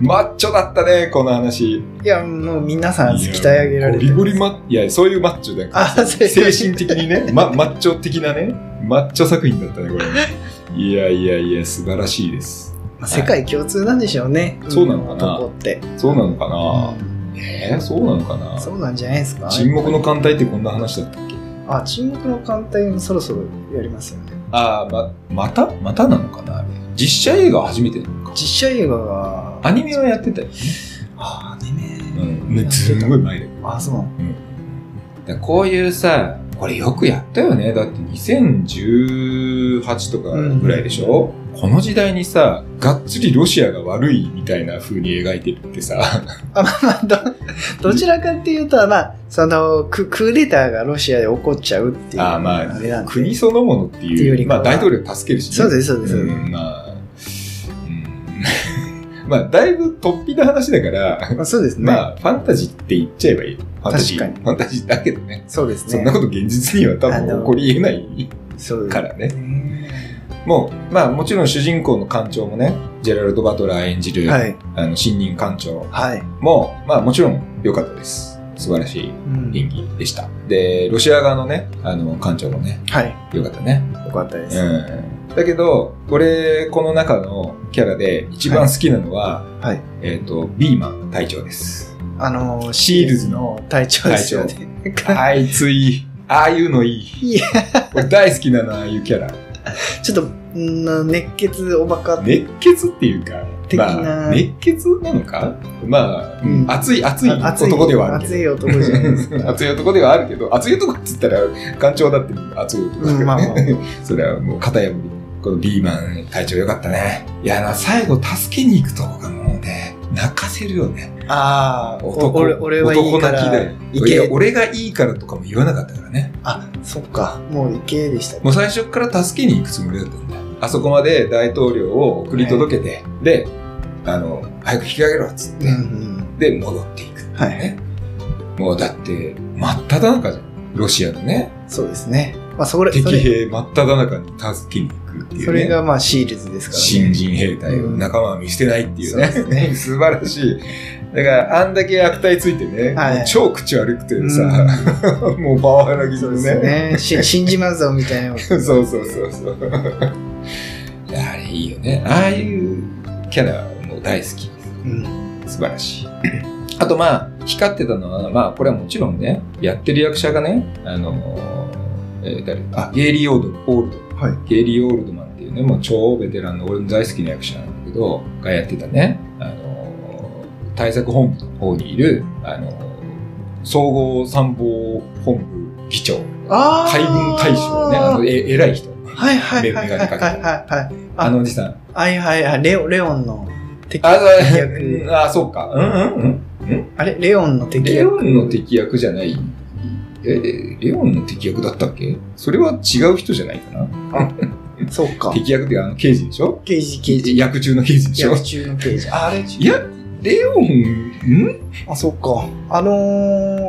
Speaker 1: マッチョだったね、この話。
Speaker 2: いや、もう皆さん鍛え上げられて
Speaker 1: いやゴリゴリ
Speaker 2: ま
Speaker 1: マッ、いや、そういうマッチョだよ。
Speaker 2: あそういう
Speaker 1: 精神的に
Speaker 2: (laughs)
Speaker 1: ね、 (laughs) ま、マッチョ的なね、マッチョ作品だったね、これ。いやいやいや、素晴らしいです。
Speaker 2: あ世界共通なんでしょうね。
Speaker 1: そうなのかな
Speaker 2: 男って。
Speaker 1: そうなのかなえー、そうなのかな
Speaker 2: そうなんじゃないですか。
Speaker 1: 沈黙の艦隊ってこんな話だったっけ
Speaker 2: あ、沈黙の艦隊もそろそろやりますよね。
Speaker 1: ああ、ま、またまたなのかなあれ。実写映画は初めてなのか。
Speaker 2: 実写映画が、
Speaker 1: アニメはやってたよね。
Speaker 2: あアニメ。
Speaker 1: うん。ね、すんごい前だよ。
Speaker 2: あ、そうな (laughs) の。
Speaker 1: だからこういうさ、これよくやったよね。だって2018とかぐらいでしょ、この時代にさ、がっつりロシアが悪いみたいな風に描いてるってさ、
Speaker 2: あ、まあまあ、ど、どちらかっていうと、まあ、その、ククーデターがロシアで起こっちゃうっていう。
Speaker 1: あーまあ
Speaker 2: あれなんで。
Speaker 1: 国そのものって
Speaker 2: っていう
Speaker 1: い
Speaker 2: よ
Speaker 1: う、
Speaker 2: りか
Speaker 1: ま
Speaker 2: は
Speaker 1: あ大統領を助けるしね。
Speaker 2: そうです、そうです。
Speaker 1: うん、まあ、うん、 (laughs) まあだいぶ突飛な話だから、
Speaker 2: まあ、そうですね。
Speaker 1: まあファンタジーって言っちゃえばいい。ファンタジー。
Speaker 2: 確かに
Speaker 1: ファンタジーだけどね。
Speaker 2: そうですね。
Speaker 1: そんなこと現実には多分起こり得ない
Speaker 2: そうです
Speaker 1: からね。
Speaker 2: ね。
Speaker 1: もう、まあもちろん主人公の艦長もね、ジェラルド・バトラー演じる、
Speaker 2: はい。
Speaker 1: あの新任艦長
Speaker 2: はい。
Speaker 1: も、まあもちろん良かったです。素晴らしい
Speaker 2: うん
Speaker 1: 演技でした。で、ロシア側のね、あの艦長もね、
Speaker 2: はい。
Speaker 1: 良かったね。
Speaker 2: よかったです。
Speaker 1: うん。だけど、俺、この中のキャラで一番好きなのは、
Speaker 2: はい。
Speaker 1: えっ、と、ビーマン隊長です。
Speaker 2: あのー、
Speaker 1: シールズ
Speaker 2: の隊長ですよね。
Speaker 1: あいついい。ああいうのいい。
Speaker 2: いや、
Speaker 1: 俺大好きなの、ああいうキャラ。
Speaker 2: (laughs) ちょっと、ん熱血おバカって
Speaker 1: 熱血っていうか、
Speaker 2: 的な
Speaker 1: まあ、熱血なのかまあ、うん
Speaker 2: うん
Speaker 1: 熱い、熱い男ではある
Speaker 2: 熱
Speaker 1: け
Speaker 2: い男じゃないです
Speaker 1: ど。(laughs)
Speaker 2: か。
Speaker 1: 熱い男ではあるけど、熱い男っつったら、艦長だって熱い男だけ
Speaker 2: う
Speaker 1: どね。
Speaker 2: ん、まあまあ。
Speaker 1: (laughs) それはもう、片破り。このビーマン隊長よかったね。いや、あの最後助けに行くとこがもうね、泣かせるよね。
Speaker 2: (laughs) ああ、
Speaker 1: 男、
Speaker 2: お俺俺はいい
Speaker 1: 男
Speaker 2: か
Speaker 1: 泣きだ
Speaker 2: ら
Speaker 1: よ。
Speaker 2: 行
Speaker 1: いや
Speaker 2: け。
Speaker 1: 俺がいいからとかも言わなかったからね。
Speaker 2: あ、そっか。もう行けでしたね。
Speaker 1: もう最初から助けに行くつもりだったんだよ。あそこまで大統領を送り届けて、で、あの、早く引き上げろっつって、
Speaker 2: うんうん。
Speaker 1: で、戻っていく。
Speaker 2: はい。
Speaker 1: ね。もうだって、真っ只中じゃん。ロシアのね、
Speaker 2: そうですね。まあ、それ、
Speaker 1: 敵
Speaker 2: (laughs) それ
Speaker 1: 兵真っ只中に助けに行くっていう、ね。
Speaker 2: それがまあ、シールズですからね。
Speaker 1: 新人兵隊を仲間は見捨てないっていうね,、
Speaker 2: うんそうですね
Speaker 1: (laughs) 素晴らしいだからあんだけ悪態ついてね、
Speaker 2: はい
Speaker 1: 超口悪くてさ、 (laughs) もうパワハラ気
Speaker 2: そう
Speaker 1: 味
Speaker 2: で
Speaker 1: の
Speaker 2: す
Speaker 1: ね
Speaker 2: ね。 (laughs) し信じまぞみたいな。
Speaker 1: そうそうそうそう (laughs) いやあれいいよねああいうキャラも大好き
Speaker 2: うん。
Speaker 1: 素晴らしいあとまあ光ってたのはまあこれはもちろんねやってる役者がねあのえー誰あゲイリー・オールドオールド
Speaker 2: はい。
Speaker 1: ゲイリー・オールドマンっていうね、もう超ベテランの俺の大好きな役者なんだけど、がやってたね、あのー、対策本部の方にいる、あのー、総合参謀本部議長、
Speaker 2: あー
Speaker 1: 海軍大将ね、あの、え偉い人。
Speaker 2: はいはいはいはいはい
Speaker 1: メガネ
Speaker 2: はいはい。あ
Speaker 1: あのおじさん。
Speaker 2: はいはいはい。レオ、レオンの敵
Speaker 1: あ、
Speaker 2: 敵
Speaker 1: そう
Speaker 2: 役。
Speaker 1: あそうか。うんうん
Speaker 2: あれレオンの
Speaker 1: うん。
Speaker 2: 敵
Speaker 1: レオ
Speaker 2: 役。
Speaker 1: ンの敵役じゃない。え、レオンの敵役だったっけそれは違う人じゃないかな。
Speaker 2: そうか。
Speaker 1: 敵役っていうかあの刑事でしょ
Speaker 2: 刑事、刑事。
Speaker 1: 役中の刑事でしょ
Speaker 2: 役中の刑事。ああれ
Speaker 1: いや、レオン、ん
Speaker 2: あ、そうか。あの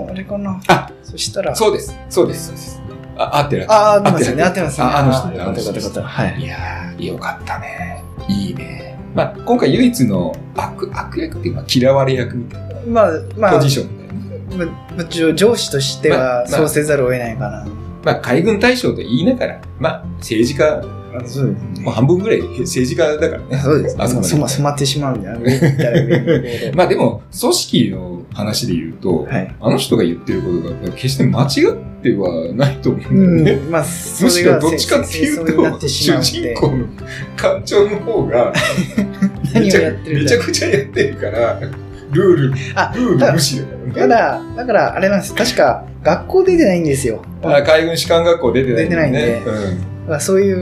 Speaker 2: ー、あれかな。
Speaker 1: あ、
Speaker 2: そしたら。
Speaker 1: そうです。そうです。そうです。あ、合ってる。
Speaker 2: あ、合ってますよね。
Speaker 1: 合
Speaker 2: 合
Speaker 1: っ
Speaker 2: ってて
Speaker 1: る
Speaker 2: ますよね。
Speaker 1: ああの人
Speaker 2: よかったよかったよかった。はい。
Speaker 1: いやー、よかったね。いいね。まあ、今回唯一の悪、悪役っていうか、嫌われ役みたい
Speaker 2: まあ、ま
Speaker 1: な
Speaker 2: あ
Speaker 1: ポジ、ションだよね。
Speaker 2: まま上上司として
Speaker 1: まあま
Speaker 2: は
Speaker 1: あ
Speaker 2: そうせざるを得ないかな。
Speaker 1: まあ、海軍大将と言いながら、まあ、政治家、
Speaker 2: そうです
Speaker 1: もう。半分ぐらい政治家だからね。
Speaker 2: そうです。
Speaker 1: あそこまで
Speaker 2: 染ま染まってしまうんだよ。上行ったら上に行くほ
Speaker 1: (laughs)
Speaker 2: ど
Speaker 1: まあ、でも、組織の話で言うと、
Speaker 2: はい。
Speaker 1: あの人が言ってることが決して間違ってはないと思うんだよね。
Speaker 2: うん。まあ、そ
Speaker 1: むし
Speaker 2: れ
Speaker 1: ろ
Speaker 2: が
Speaker 1: どっちかっていう
Speaker 2: 戦争になっ
Speaker 1: と、
Speaker 2: てしま
Speaker 1: 主
Speaker 2: う
Speaker 1: 人
Speaker 2: んで
Speaker 1: 公の艦長の方がめ
Speaker 2: (laughs) 何
Speaker 1: ち
Speaker 2: を
Speaker 1: ゃ
Speaker 2: やってる
Speaker 1: め
Speaker 2: んだ
Speaker 1: ちゃ
Speaker 2: ろう
Speaker 1: くちゃやってるから、ルール、ル
Speaker 2: あ
Speaker 1: ール無視だか
Speaker 2: た
Speaker 1: らね。
Speaker 2: だ、だからあれなんです。確か学校出てないんですよ。
Speaker 1: あ海軍士官学校出てないんだよね。
Speaker 2: 出てあそうい
Speaker 1: う
Speaker 2: う、
Speaker 1: ん、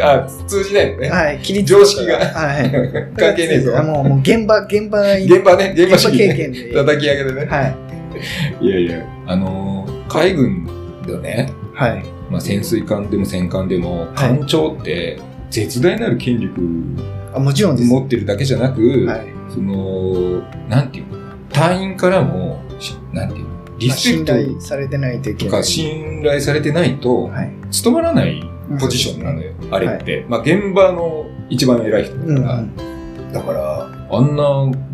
Speaker 1: あ通じないよね。
Speaker 2: はい、規律
Speaker 1: 常識が
Speaker 2: はい。
Speaker 1: 関係ねえぞ。
Speaker 2: あもう、もう現場、現場がいい
Speaker 1: 現場ね、現場主義
Speaker 2: 現場経
Speaker 1: ね。
Speaker 2: 験で。
Speaker 1: 叩き上げでね。
Speaker 2: はい。
Speaker 1: いやいや、あのー海軍だね、
Speaker 2: はい。
Speaker 1: まあ、潜水艦でも戦艦でも、艦長って絶大なる権力
Speaker 2: あもちろんです。
Speaker 1: 持ってるだけじゃなく、
Speaker 2: はい。
Speaker 1: その、なんていうの隊員からも、しなんていうのリ
Speaker 2: まあ
Speaker 1: スペ
Speaker 2: 信
Speaker 1: クト
Speaker 2: 頼されてないといけ
Speaker 1: と
Speaker 2: な
Speaker 1: か
Speaker 2: い。
Speaker 1: 信頼されてないと、
Speaker 2: はい。
Speaker 1: 務まらないポジションなのよ、あれって。まあ、現場の一番偉い人
Speaker 2: う
Speaker 1: だ
Speaker 2: ん
Speaker 1: か
Speaker 2: う
Speaker 1: ら、
Speaker 2: ん。
Speaker 1: だから、あんな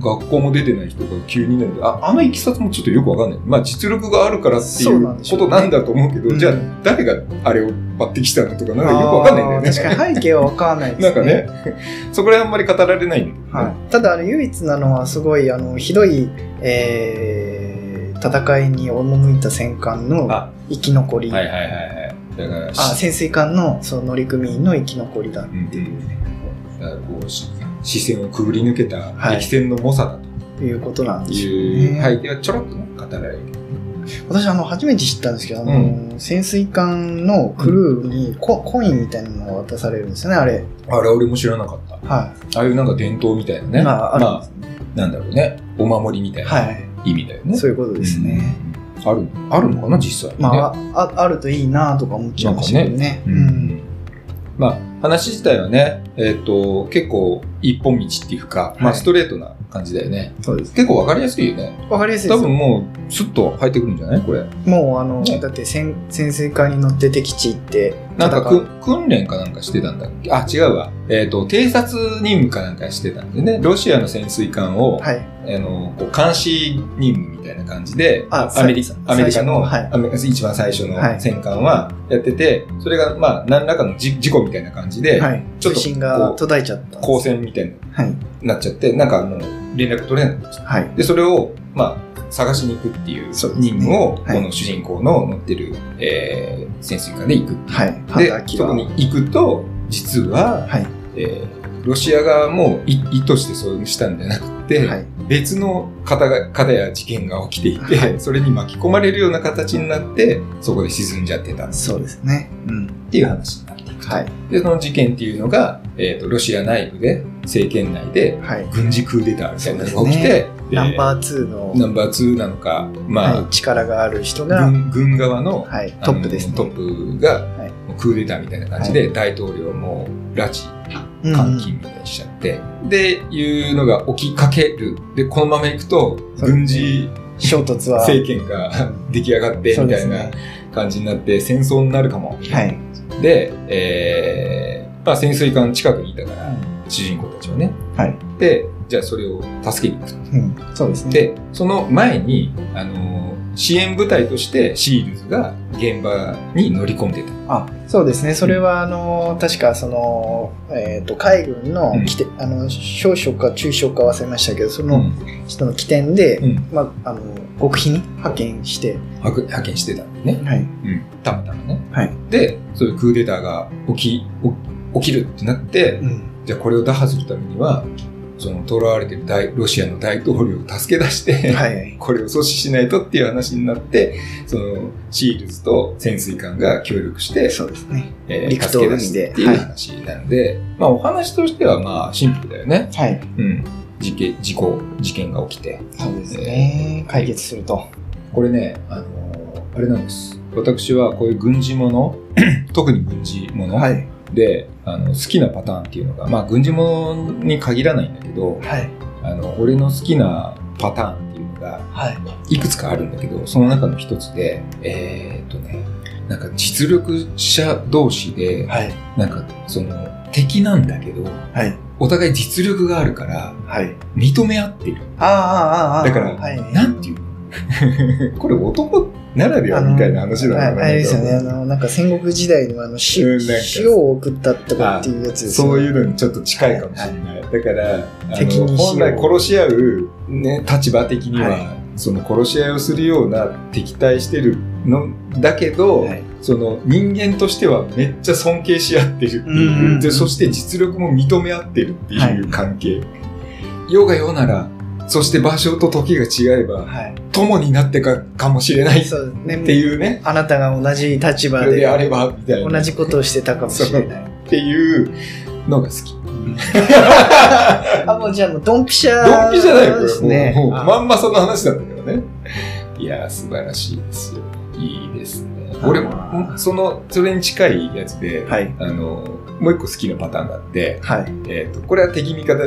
Speaker 1: 学校も出てない人が急にね、ああのいきさつもちょっとよくわかんない。まあ実力があるからってい
Speaker 2: そう
Speaker 1: う
Speaker 2: なんでしょ
Speaker 1: こ
Speaker 2: うね
Speaker 1: となんだと思うけど、
Speaker 2: うん
Speaker 1: じゃあ誰があれを抜擢したのとか、なんかよくわかんないんだよね。
Speaker 2: あー確かに背景はわかんないです
Speaker 1: なんかね、そこら辺あんまり語られないんだよね
Speaker 2: はい、ただあの唯一なのはすごいあのひどい、えー戦いに赴いた戦艦の
Speaker 1: あ
Speaker 2: 生き残り、
Speaker 1: はいはいはいはい。だから、
Speaker 2: あ潜水艦のその乗組員の生き残りだ
Speaker 1: うんうんだからこうし視線をくぐり抜けた歴戦の猛者だ
Speaker 2: ということなん
Speaker 1: と
Speaker 2: ですよ
Speaker 1: いう
Speaker 2: ね。
Speaker 1: 背景はちょろっと語られる。
Speaker 2: 私あの初めて知ったんですけど、あの潜水艦のクルーにコ,、コインみたいなのが渡されるんですよねあれ。
Speaker 1: あれ俺も知らなかった。
Speaker 2: は
Speaker 1: ああいうなんか伝統みたいなね。
Speaker 2: まああるんで
Speaker 1: なんだろうね。お守りみた
Speaker 2: い、
Speaker 1: いな
Speaker 2: は
Speaker 1: 意味だよね。
Speaker 2: い、そういうことですね。
Speaker 1: うん。ある、あるのかな、実際にね。
Speaker 2: まあ、ああるといいなとか思っちゃいましたけどね。
Speaker 1: うんまあ、話自体はね、えっ、と、結構一本道っていうか、ま
Speaker 2: は
Speaker 1: あ
Speaker 2: い
Speaker 1: ストレートな感じだよね。
Speaker 2: うんそうです。
Speaker 1: 結構わかりやすいよね。
Speaker 2: わかりやすいで
Speaker 1: 多
Speaker 2: すよ
Speaker 1: 分もう、スッと入ってくるんじゃないこれ。
Speaker 2: もうあの、
Speaker 1: ね
Speaker 2: だって潜潜水艦に乗って敵地行って、
Speaker 1: なんか
Speaker 2: 戦う
Speaker 1: く訓練かなんかしてたんだっけあ、違うわ。えっ、と、偵察任務かなんかしてたんでね、ロシアの潜水艦を、
Speaker 2: はい。
Speaker 1: あの、こう、監視任務みたいな感じで、
Speaker 2: あ
Speaker 1: アメリ
Speaker 2: さ
Speaker 1: アメリカの、
Speaker 2: 最初のはい
Speaker 1: アメ一番最初の
Speaker 2: はい
Speaker 1: 戦艦はやってて、それが、まあ、何らかのじ事故みたいな感じで、
Speaker 2: はい。
Speaker 1: ちょっと
Speaker 2: 通信が途絶えちゃった。
Speaker 1: 交戦みたいに
Speaker 2: はい。
Speaker 1: なっちゃって、なんかもう連絡取れなくなっちゃっ
Speaker 2: はい
Speaker 1: た。。で、それを、まあ、探しに行くっていう
Speaker 2: そうですね
Speaker 1: 任務を、
Speaker 2: はい
Speaker 1: この主人公の乗ってる、えー潜水艦で行く。
Speaker 2: はい。ハンタ
Speaker 1: で
Speaker 2: ー、キ
Speaker 1: そ
Speaker 2: ラー
Speaker 1: こに行くと、実は、
Speaker 2: はい。
Speaker 1: えーロシア側もい意図してそうしたんじゃなくて、
Speaker 2: はい。
Speaker 1: 別の方が方や事件が起きていて、
Speaker 2: はい
Speaker 1: それに巻き込まれるような形になってそこで沈んじゃってたっ
Speaker 2: そうですね。うん。
Speaker 1: ていう話になって
Speaker 2: はい。
Speaker 1: でその事件っていうのが、えー、とロシア内部で政権内で
Speaker 2: はい。
Speaker 1: 軍事クーデターみたいなのが起き
Speaker 2: そ
Speaker 1: て、
Speaker 2: うで
Speaker 1: で
Speaker 2: ナンバー2の、
Speaker 1: ナンバー2なのか、まあ
Speaker 2: はい、力がある人が、
Speaker 1: 軍軍側の
Speaker 2: はい、
Speaker 1: あ
Speaker 2: ト
Speaker 1: の
Speaker 2: ップですね。
Speaker 1: トップが、
Speaker 2: い
Speaker 1: もうクーデターみたいな感じで、大統領も拉致
Speaker 2: うん
Speaker 1: 監禁みたいにしちゃって、でいうのが起きかけるでこのままいくと
Speaker 2: そう
Speaker 1: 軍事
Speaker 2: 衝突は。
Speaker 1: 政権が (laughs) 出来上がって
Speaker 2: そう
Speaker 1: み
Speaker 2: で
Speaker 1: た
Speaker 2: す
Speaker 1: いな
Speaker 2: ね。
Speaker 1: 感じになって戦争になるかも。
Speaker 2: はい。
Speaker 1: で、えーまあ、潜水艦近くにいたから主人公たちはね。
Speaker 2: はい。
Speaker 1: でじゃあそれを助けに行く。
Speaker 2: うん。そうですね。
Speaker 1: でその前に、あのー支援部隊としてシールズが現場に乗り込んでた。
Speaker 2: あそうですね、それはあの確かその、えー、と海軍の
Speaker 1: うん
Speaker 2: 起点、あの少々か中将か忘れましたけど、その
Speaker 1: ん
Speaker 2: 人の起点で、
Speaker 1: うん
Speaker 2: まあ、あの極秘に派遣して、
Speaker 1: 派派遣してたんでね。
Speaker 2: はい
Speaker 1: うん、たまたまね。
Speaker 2: はい
Speaker 1: でそういうクーデターが起き起起きるってなって、
Speaker 2: うん、
Speaker 1: じゃあこれを打破するためにはその囚われてる大ロシアの大統領を助け出して、
Speaker 2: はい、
Speaker 1: これを阻止しないとっていう話になってそのシールズと潜水艦が協力して、
Speaker 2: そうですね、
Speaker 1: え
Speaker 2: 陸と
Speaker 1: 助け出すってい
Speaker 2: 海
Speaker 1: う
Speaker 2: で
Speaker 1: 話なので、まあ、お話としてはまあシンプルだよね、
Speaker 2: はい、
Speaker 1: うん、事件事故事件が起きて
Speaker 2: そうですね、解決すると、
Speaker 1: これね、あのーあれなんです私はこういう軍事もの (clears throat) 特に軍事もの、
Speaker 2: はい、
Speaker 1: であの好きなパターンっていうのが、まあ、軍事ものに限らないんだけど
Speaker 2: はい、
Speaker 1: あの俺の好きなパターンっていうのが
Speaker 2: はい、
Speaker 1: いくつかあるんだけどその中の一つでえーっとねなんか実力者同士で、
Speaker 2: はい、
Speaker 1: なんかその敵なんだけど
Speaker 2: はい、
Speaker 1: お互い実力があるから
Speaker 2: はい、
Speaker 1: 認め合ってる
Speaker 2: ああ、ああ、ああ、
Speaker 1: だから
Speaker 2: はい、
Speaker 1: なんていう
Speaker 2: (laughs)
Speaker 1: のこれ男ならではみたいな話なのか
Speaker 2: はい
Speaker 1: な、
Speaker 2: あれですよね、あのなんか戦国時代のあのし
Speaker 1: うんなんか
Speaker 2: 塩を送ったとかっていうやつですよね
Speaker 1: そういうのにちょっと近いかもしれない。だから、あ
Speaker 2: 敵
Speaker 1: の
Speaker 2: にしよ
Speaker 1: 本
Speaker 2: う
Speaker 1: 来殺し合う、ね、立場的には、
Speaker 2: は
Speaker 1: その殺し合いをするような敵対してるのだけど、
Speaker 2: はい
Speaker 1: その人間としてはめっちゃ尊敬し合ってるっていう、
Speaker 2: うんうんうん
Speaker 1: でそして実力も認め合ってるって
Speaker 2: はい
Speaker 1: いう関係。世が世なら、そして場所と時が違えば、
Speaker 2: はい
Speaker 1: 友になってかかもしれないっ
Speaker 2: そうね、
Speaker 1: ていうね、
Speaker 2: あなたが同じ立場
Speaker 1: であ
Speaker 2: で
Speaker 1: れば、みたいな。
Speaker 2: 同じことをしてたかもしれない。
Speaker 1: っていうのが好き。
Speaker 2: (laughs) あ、もうじゃあもうドンピシャ
Speaker 1: ドンピシャだよ、これ。
Speaker 2: ですね。
Speaker 1: もう、もう
Speaker 2: あ
Speaker 1: まんまその話だったけどね。いやー、素晴らしいですよ。いいですね。俺も、その、それに近いやつで、
Speaker 2: はい。
Speaker 1: あの、もう一個好きなパターンがあって、
Speaker 2: はい。
Speaker 1: えっ、と、これは敵味方、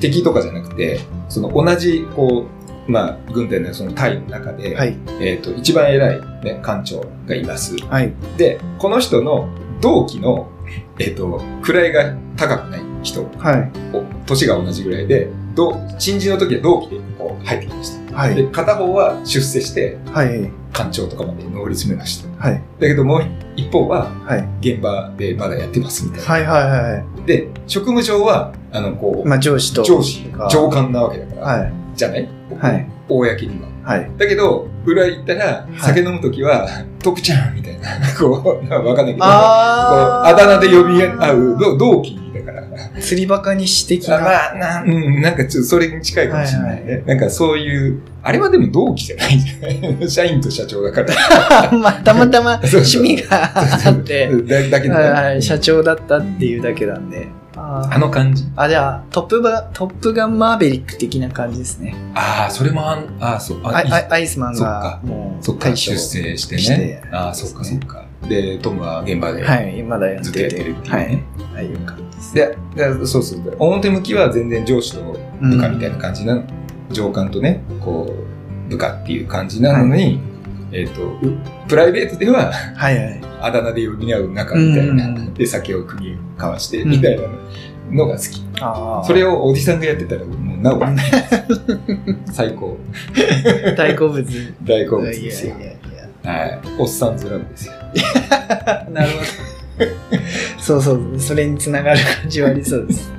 Speaker 1: 敵とかじゃなくて、その同じ、こう、まあ、軍隊のその隊の中で、
Speaker 2: はい。
Speaker 1: えっ、と、一番偉い、ね、艦長がいます。
Speaker 2: はい。
Speaker 1: で、この人の同期の、えっ、と、位が高くない。人
Speaker 2: はい。
Speaker 1: お年が同じぐらいで同新人の時は同期でこう入ってきました、
Speaker 2: は
Speaker 1: で
Speaker 2: い。
Speaker 1: 片方は出世して
Speaker 2: はい。
Speaker 1: 館長とかまで上り詰めましただ
Speaker 2: はい。
Speaker 1: けどもう一方は
Speaker 2: はい。
Speaker 1: 現場でまだやってますみたいな、
Speaker 2: はい。はい。は
Speaker 1: で職務上はあのこ
Speaker 2: い。
Speaker 1: う、
Speaker 2: まあ、上司と。
Speaker 1: 上司
Speaker 2: が
Speaker 1: 上官なわけだから、
Speaker 2: はい。
Speaker 1: じゃない
Speaker 2: はい。
Speaker 1: 公には
Speaker 2: はい。
Speaker 1: だけど裏行ったら
Speaker 2: い
Speaker 1: 酒飲む時は「徳、ちゃん」みたいなこうなんかわかんないけどこう
Speaker 2: あ
Speaker 1: あだ名で呼び合うの同期だから
Speaker 2: 釣りバカにし的
Speaker 1: あ
Speaker 2: な。
Speaker 1: まあな,、うん、なんかちょっとそれに近いかもしれないね、
Speaker 2: はい
Speaker 1: なんかそういうあれはでも同期じゃないんじゃない (laughs) 社員と社長だから
Speaker 2: (laughs) まあ、たまたま
Speaker 1: (laughs) そう
Speaker 2: 趣味があって、
Speaker 1: (laughs) だだけどね、
Speaker 2: はいはい、社長だったっていうだけなんで。あ
Speaker 1: あ
Speaker 2: ー
Speaker 1: の感じ
Speaker 2: あ、じゃあ、トップバ、トップガンマーベリック的な感じですね。
Speaker 1: ああそれもあんあーそう
Speaker 2: あ
Speaker 1: あいい
Speaker 2: あアイスマン
Speaker 1: そっか
Speaker 2: が、も、
Speaker 1: そうっか
Speaker 2: 大将
Speaker 1: 出。世して
Speaker 2: し
Speaker 1: ね
Speaker 2: て
Speaker 1: ああそっかそっかでトムは現場で
Speaker 2: はい、まだやっ
Speaker 1: ず
Speaker 2: て
Speaker 1: っとや
Speaker 2: て。
Speaker 1: ってるっていう
Speaker 2: は
Speaker 1: ね
Speaker 2: い。、ああいう感じです。
Speaker 1: ででそうそうそう表向きは全然上司と部下みたいな感じなの、上官とねこう部下っていう感じなのに、えっ、とうプライベートでは (laughs)
Speaker 2: うんはいはい。
Speaker 1: あだ名で呼び合う仲みたいな、
Speaker 2: うん
Speaker 1: で酒を組み交わして
Speaker 2: うん
Speaker 1: みたいなのが好き、
Speaker 2: ああ。
Speaker 1: それをおじさんがやってたらもう
Speaker 2: (laughs)
Speaker 1: なお最高
Speaker 2: 大好物。
Speaker 1: 大好物です
Speaker 2: い
Speaker 1: よ
Speaker 2: やいやいや。
Speaker 1: はいおっさんずラブですよ
Speaker 2: なるほ
Speaker 1: (laughs)
Speaker 2: ど。そうそう、それにつながる感じはありそうです。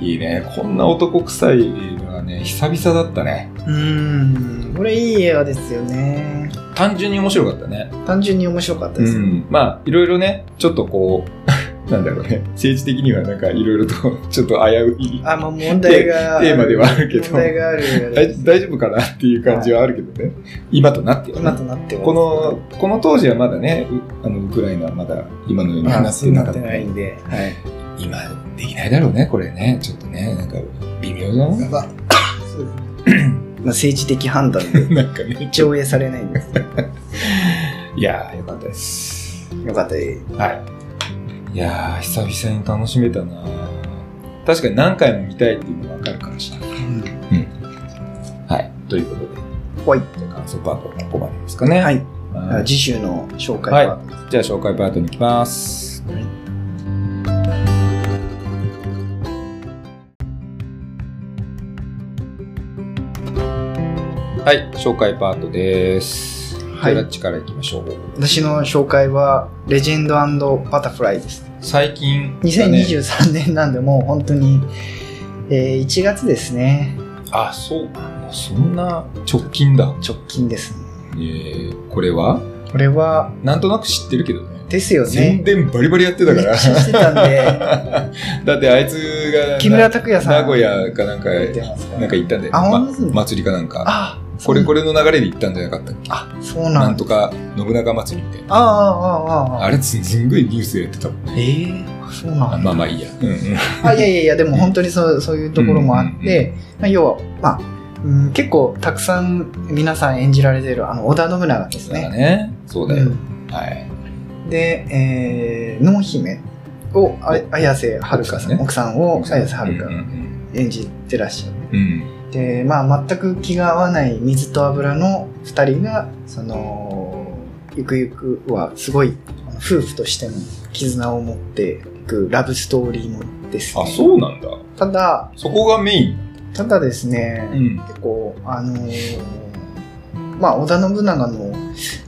Speaker 1: いいねこんな男臭いのはね久々だったね
Speaker 2: うーん、これいい映画ですよね。
Speaker 1: 単純に面白かったね
Speaker 2: 単純に面白かったで
Speaker 1: う
Speaker 2: す。
Speaker 1: ん、まあいろいろねちょっとこう (laughs) なんだろうね政治的にはなんかいろいろと (laughs) ちょっと危うい
Speaker 2: あ、まあ問題がある。
Speaker 1: テーマではあるけど
Speaker 2: 問題がある映画
Speaker 1: 大
Speaker 2: です。
Speaker 1: 大丈夫かなっていう感じはあるけどね、今となっては
Speaker 2: 今
Speaker 1: ね
Speaker 2: となっては。
Speaker 1: このこの当時はまだねうあのウクライナはまだ今のように話
Speaker 2: 話
Speaker 1: して
Speaker 2: に
Speaker 1: な
Speaker 2: な
Speaker 1: かっ
Speaker 2: ったてないんで。はい。
Speaker 1: 今できないだろうねこれねちょっとねなんか微妙じゃない (laughs)
Speaker 2: まあ、そうですねまあ政治的判断で
Speaker 1: なんかね
Speaker 2: 上映されないんです。
Speaker 1: いやーよかったです
Speaker 2: よかったです。
Speaker 1: はい。いやー、久々に楽しめたな確かに何回も見たいっていうのがわかるかもしれない。はい。ということで、
Speaker 2: はい。
Speaker 1: じゃあ感想パートはここまでですかね。。
Speaker 2: はいい。次週の紹介は、
Speaker 1: じゃあ紹介パートに行きます。
Speaker 2: はい
Speaker 1: はい、紹介パートです。
Speaker 2: はい
Speaker 1: じゃあラッチからいきましょう。
Speaker 2: 私の紹介は、レジェンドバタフライです。
Speaker 1: 最近、
Speaker 2: 2023年なんで、もう本当に、えー1月ですね。
Speaker 1: あ、そうか。そんな直近だ。
Speaker 2: 直近ですね。
Speaker 1: えー、これは
Speaker 2: これは、
Speaker 1: なんとなく知ってるけどね。
Speaker 2: ですよ
Speaker 1: 宣
Speaker 2: ね。
Speaker 1: 伝バリバリやって
Speaker 2: め
Speaker 1: た
Speaker 2: っ
Speaker 1: か
Speaker 2: ちゃ
Speaker 1: ら。
Speaker 2: してたん
Speaker 1: (laughs)
Speaker 2: で、 (laughs)
Speaker 1: だってあいつが
Speaker 2: 木村拓哉さん。
Speaker 1: 名古屋かなんか
Speaker 2: 出てますから
Speaker 1: なんか行ったんだよね、
Speaker 2: あ本当ですね
Speaker 1: 祭りかなんか
Speaker 2: あ、
Speaker 1: これこ
Speaker 2: れ。
Speaker 1: れの流れで行ったんじゃなかったっけ
Speaker 2: あ、そう
Speaker 1: な
Speaker 2: なんん
Speaker 1: とか信長祭りみたいな
Speaker 2: ああ、ああ、ああ。
Speaker 1: あれすすんごいニュースでやってたもんね
Speaker 2: ええそう
Speaker 1: あ
Speaker 2: なんだ。
Speaker 1: まあまあいいや、うんうん、
Speaker 2: あ、いやいやいや、でも本当にそうそういうところもあって、まあ、要は、まあ、うん、結構たくさん皆さん演じられてる、あの、織田信長です
Speaker 1: そうだ
Speaker 2: ね。
Speaker 1: ねそうだ
Speaker 2: う
Speaker 1: よ、
Speaker 2: ん
Speaker 1: はい
Speaker 2: で、えー、濃姫を、あ綾瀬はるかさん、
Speaker 1: 奥
Speaker 2: 奥さんを綾瀬は
Speaker 1: うん
Speaker 2: る
Speaker 1: う
Speaker 2: か
Speaker 1: ん
Speaker 2: 演じてらっしゃる。
Speaker 1: うんうん
Speaker 2: で、まあ、全く気が合わない水と油の二人が、その、ゆくゆくはすごい、あの夫婦としての絆を持っていくラブストーリーもです、ね。
Speaker 1: あそうなんだ
Speaker 2: ただ、
Speaker 1: そこがメイン
Speaker 2: ただですね、
Speaker 1: ん
Speaker 2: 結構、あのーまあ、織田信長の、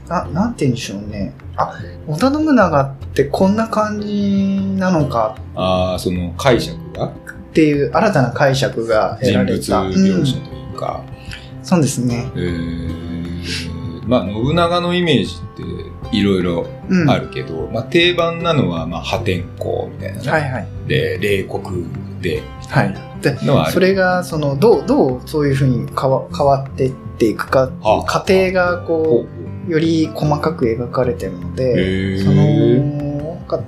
Speaker 2: ななんて言うんでしょうね。あ、織田信長ってこんな感じなのか
Speaker 1: ああその解釈が
Speaker 2: っていう新たな解釈が得
Speaker 1: 人
Speaker 2: ら
Speaker 1: 物
Speaker 2: れた。
Speaker 1: 描写
Speaker 2: うん
Speaker 1: というか、
Speaker 2: そうですね。
Speaker 1: えーまあ信長のイメージっていろいろ
Speaker 2: うん。
Speaker 1: あるけど、まあ、定番なのは、まあ、破天荒みたいなね、
Speaker 2: はいはい。
Speaker 1: で冷酷で
Speaker 2: はい。で、
Speaker 1: のはあ
Speaker 2: そ
Speaker 1: る
Speaker 2: れが、その、どう、どうそういうふうに変わ変わってっていくかっていう過程が、こう、より細かく描かれてるので、
Speaker 1: へー
Speaker 2: そのなんか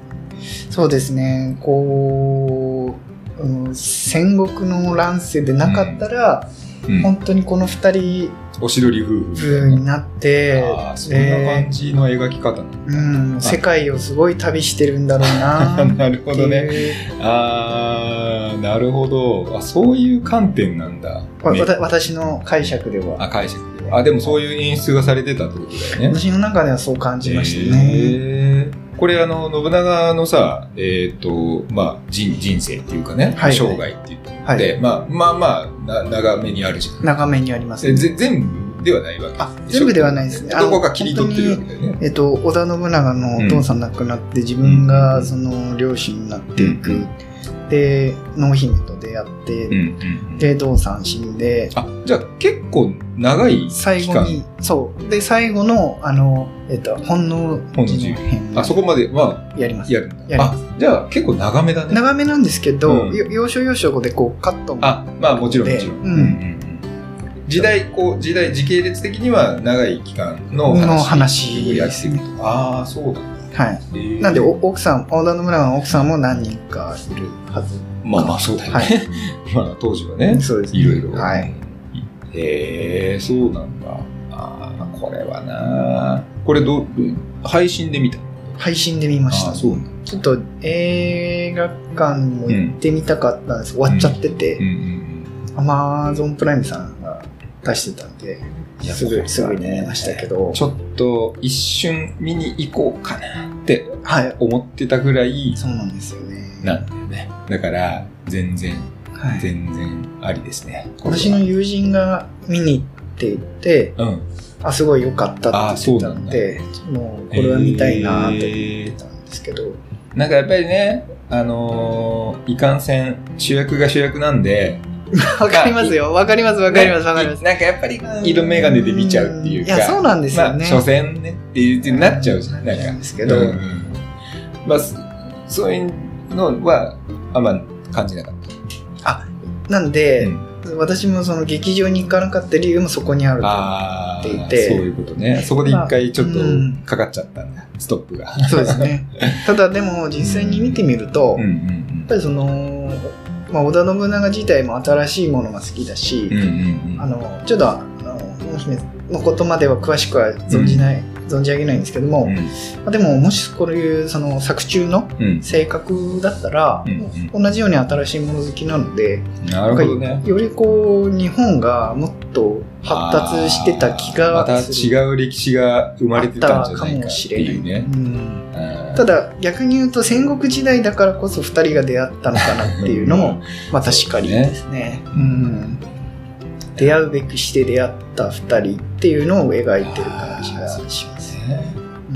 Speaker 2: そうですねこう、うん戦国の乱世でなかったら、
Speaker 1: うん
Speaker 2: 本当にこの二人
Speaker 1: おしどり夫婦みたい
Speaker 2: に
Speaker 1: な
Speaker 2: なって
Speaker 1: あーそんな感じの描き方なん
Speaker 2: えーうん、世界をすごい旅してるんだろう
Speaker 1: だ
Speaker 2: な
Speaker 1: なるほ
Speaker 2: って
Speaker 1: どね
Speaker 2: いう
Speaker 1: あーなるほどあそういう観点なんだ、
Speaker 2: わ
Speaker 1: ね
Speaker 2: わた私の解釈では
Speaker 1: あ解釈ではあでもそういう演出がされてたってことだよね
Speaker 2: 私の中ではそう感じましたね。
Speaker 1: へーこれあの信長のさ、えっ、とまあ人人生っていうかね、
Speaker 2: はい
Speaker 1: 生涯っていうの
Speaker 2: はい
Speaker 1: で、まあまあまあな長めにあるじゃん。
Speaker 2: 長めにあります
Speaker 1: で
Speaker 2: ね。
Speaker 1: ぜ全部ではないわけ。
Speaker 2: あ、全部ではないですね。あの
Speaker 1: どこか切り取ってるわ
Speaker 2: 本
Speaker 1: け
Speaker 2: 当に
Speaker 1: だよね。
Speaker 2: えっと、織田信長のお父さん亡くなって、自分がその両親になっていく。
Speaker 1: うん
Speaker 2: で、濃姫と出会って、
Speaker 1: うんうんうん
Speaker 2: で、道さん死んで、
Speaker 1: あじゃあ結構長い
Speaker 2: 最
Speaker 1: 期
Speaker 2: 後
Speaker 1: 間
Speaker 2: に、そう。で、最後の、あの、えっと、本能
Speaker 1: 本能
Speaker 2: 寺
Speaker 1: 寺
Speaker 2: の変
Speaker 1: あそこまでは
Speaker 2: やります。
Speaker 1: やるん
Speaker 2: や
Speaker 1: だ
Speaker 2: り
Speaker 1: あ
Speaker 2: ま
Speaker 1: じゃあ結構長めだね
Speaker 2: 長めなんですけど、
Speaker 1: うん
Speaker 2: よ要所要所ここでこう、カットも。
Speaker 1: あまあもちろん
Speaker 2: で
Speaker 1: もちろん、
Speaker 2: うん
Speaker 1: うん時代こう時代時系列的には長い期間の
Speaker 2: の
Speaker 1: を
Speaker 2: 話
Speaker 1: やって
Speaker 2: です
Speaker 1: いく
Speaker 2: ね
Speaker 1: と、ああそうだ、
Speaker 2: はい。
Speaker 1: えー
Speaker 2: なんで、お奥さん、織田信長の奥さんも何人かいるはず。
Speaker 1: まあまあそうだよね、
Speaker 2: は
Speaker 1: (laughs) まあ当時はね
Speaker 2: そうですね
Speaker 1: いろいろ
Speaker 2: はい。
Speaker 1: へえそうなんだああこれはなこれどう配信で見た
Speaker 2: 配信で見まし
Speaker 1: あ
Speaker 2: た
Speaker 1: あ。そうなんだ
Speaker 2: ちょっと映画館も行ってみたかったんです、終わっちゃって
Speaker 1: う
Speaker 2: て、
Speaker 1: んうん
Speaker 2: アマゾンプライムさんが出してたんで、
Speaker 1: いや
Speaker 2: す
Speaker 1: これ
Speaker 2: ぐ、
Speaker 1: は
Speaker 2: すぐに見ましたけ
Speaker 1: う
Speaker 2: ど
Speaker 1: ん、ちょっと一瞬見に行こうかなって
Speaker 2: はい、
Speaker 1: 思ってたぐらい
Speaker 2: そうなんですよね。
Speaker 1: なんだよねだから全然
Speaker 2: はい、
Speaker 1: 全然ありですね。
Speaker 2: 私の友人が見に行っていて、
Speaker 1: うん。
Speaker 2: あ、すごい良かったって言ってたんで、もうこれは見たいなと思
Speaker 1: え
Speaker 2: ってたんですけど、
Speaker 1: ーなんかやっぱりね、あのーいかんせん主役が主役なんで、
Speaker 2: わかりますよ、わかります、わかります、
Speaker 1: ね
Speaker 2: わかります。
Speaker 1: なんかやっぱり色眼鏡で見ちゃうっていうか、
Speaker 2: や、そうなんですよね。
Speaker 1: まあ、所詮ねっていうってなっちゃうじゃん。なん
Speaker 2: な
Speaker 1: か
Speaker 2: ん。ですけど、
Speaker 1: うんまあ、そそういうのはあんま感じなかった。
Speaker 2: なんで、
Speaker 1: うん
Speaker 2: 私もその劇場に行かなかった理由もそこにあると
Speaker 1: ああ、そう
Speaker 2: っていて
Speaker 1: いうことね。そこで一回ちょっと
Speaker 2: うん
Speaker 1: かかっちゃったんだ、ストップ
Speaker 2: (laughs)
Speaker 1: が。
Speaker 2: そうです
Speaker 1: (laughs)
Speaker 2: ねただでも実際に見てみると、
Speaker 1: うんう
Speaker 2: やっ
Speaker 1: ん
Speaker 2: ぱりその、まあ、織田信長自体も新しいものが好きだし、
Speaker 1: うん。うんうんうん
Speaker 2: あのちょっとあの濃姫のことまでは詳しくは存じない、存じ上げないんですけども、
Speaker 1: うん
Speaker 2: まあ、でももしこういうその作中の
Speaker 1: うん、
Speaker 2: 性格だったら、
Speaker 1: うん
Speaker 2: 同じように新しいもの好きなので
Speaker 1: なるほどね。
Speaker 2: よりこう日本がもっと発達してた気
Speaker 1: あー
Speaker 2: が
Speaker 1: また
Speaker 2: する
Speaker 1: 違う歴史が生まれてたんじゃないかっていうね。
Speaker 2: た
Speaker 1: うん
Speaker 2: ただ逆に言うと戦国時代だからこそ2人が出会ったのかなっていうのもまあ確かにですねうん、出会うべくして出会った2人っていうのを描いてる感じがします、う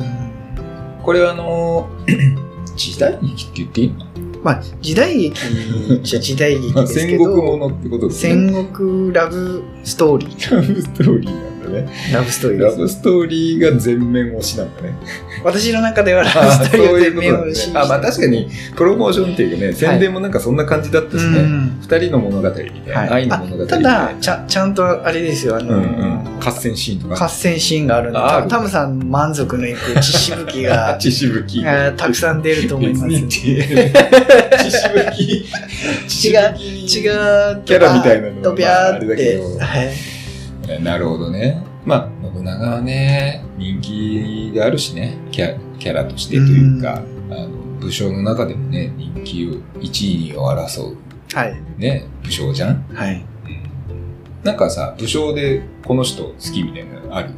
Speaker 2: ん
Speaker 1: これはあ
Speaker 2: (clears throat)
Speaker 1: のー時代劇って言っていいの
Speaker 2: まあ時代劇じゃ時代劇
Speaker 1: まあ
Speaker 2: です
Speaker 1: (laughs) 戦
Speaker 2: け
Speaker 1: 国も
Speaker 2: ど、
Speaker 1: のってことですね。
Speaker 2: 戦国ラブストーリー
Speaker 1: ラブストーリーなんだね。
Speaker 2: ラブストーリ
Speaker 1: (laughs)
Speaker 2: ー
Speaker 1: ラ
Speaker 2: です
Speaker 1: ブストーリーが全面推しなん
Speaker 2: (laughs)
Speaker 1: だね。
Speaker 2: 私の中ではラブ
Speaker 1: ああ
Speaker 2: ストーリーを全面を
Speaker 1: そういうことなんだねあまあ確かにプロモーションっていうかね、宣伝もなんかそんな感じだったし
Speaker 2: う
Speaker 1: ね。
Speaker 2: ん
Speaker 1: 二人の物語みたいな、
Speaker 2: はい
Speaker 1: 愛の物語みた
Speaker 2: た
Speaker 1: いな
Speaker 2: だ。ちゃんちゃんとあれですよあ
Speaker 1: う
Speaker 2: の、
Speaker 1: んうん。合戦シーンとか。
Speaker 2: 合戦シーンがあるんで
Speaker 1: あある
Speaker 2: タムさん満足のいく血しぶきが、
Speaker 1: (laughs) 血しぶき。
Speaker 2: えーたくさん出ると思います
Speaker 1: 別に (laughs)
Speaker 2: (laughs)
Speaker 1: 血しぶき。
Speaker 2: 血が血が
Speaker 1: キャラみたいなのは
Speaker 2: ドビャ
Speaker 1: まああれだ
Speaker 2: ー
Speaker 1: け
Speaker 2: って、
Speaker 1: ど
Speaker 2: はい
Speaker 1: なるほどね。まあ、信長はね、人気があるしね、キャキャラとしてというか、あの武将の中でもね、人気を、1位を争う、
Speaker 2: はい
Speaker 1: ね、武将じゃん。
Speaker 2: はい
Speaker 1: なんかさ、武将でこの人好きみたいなのある。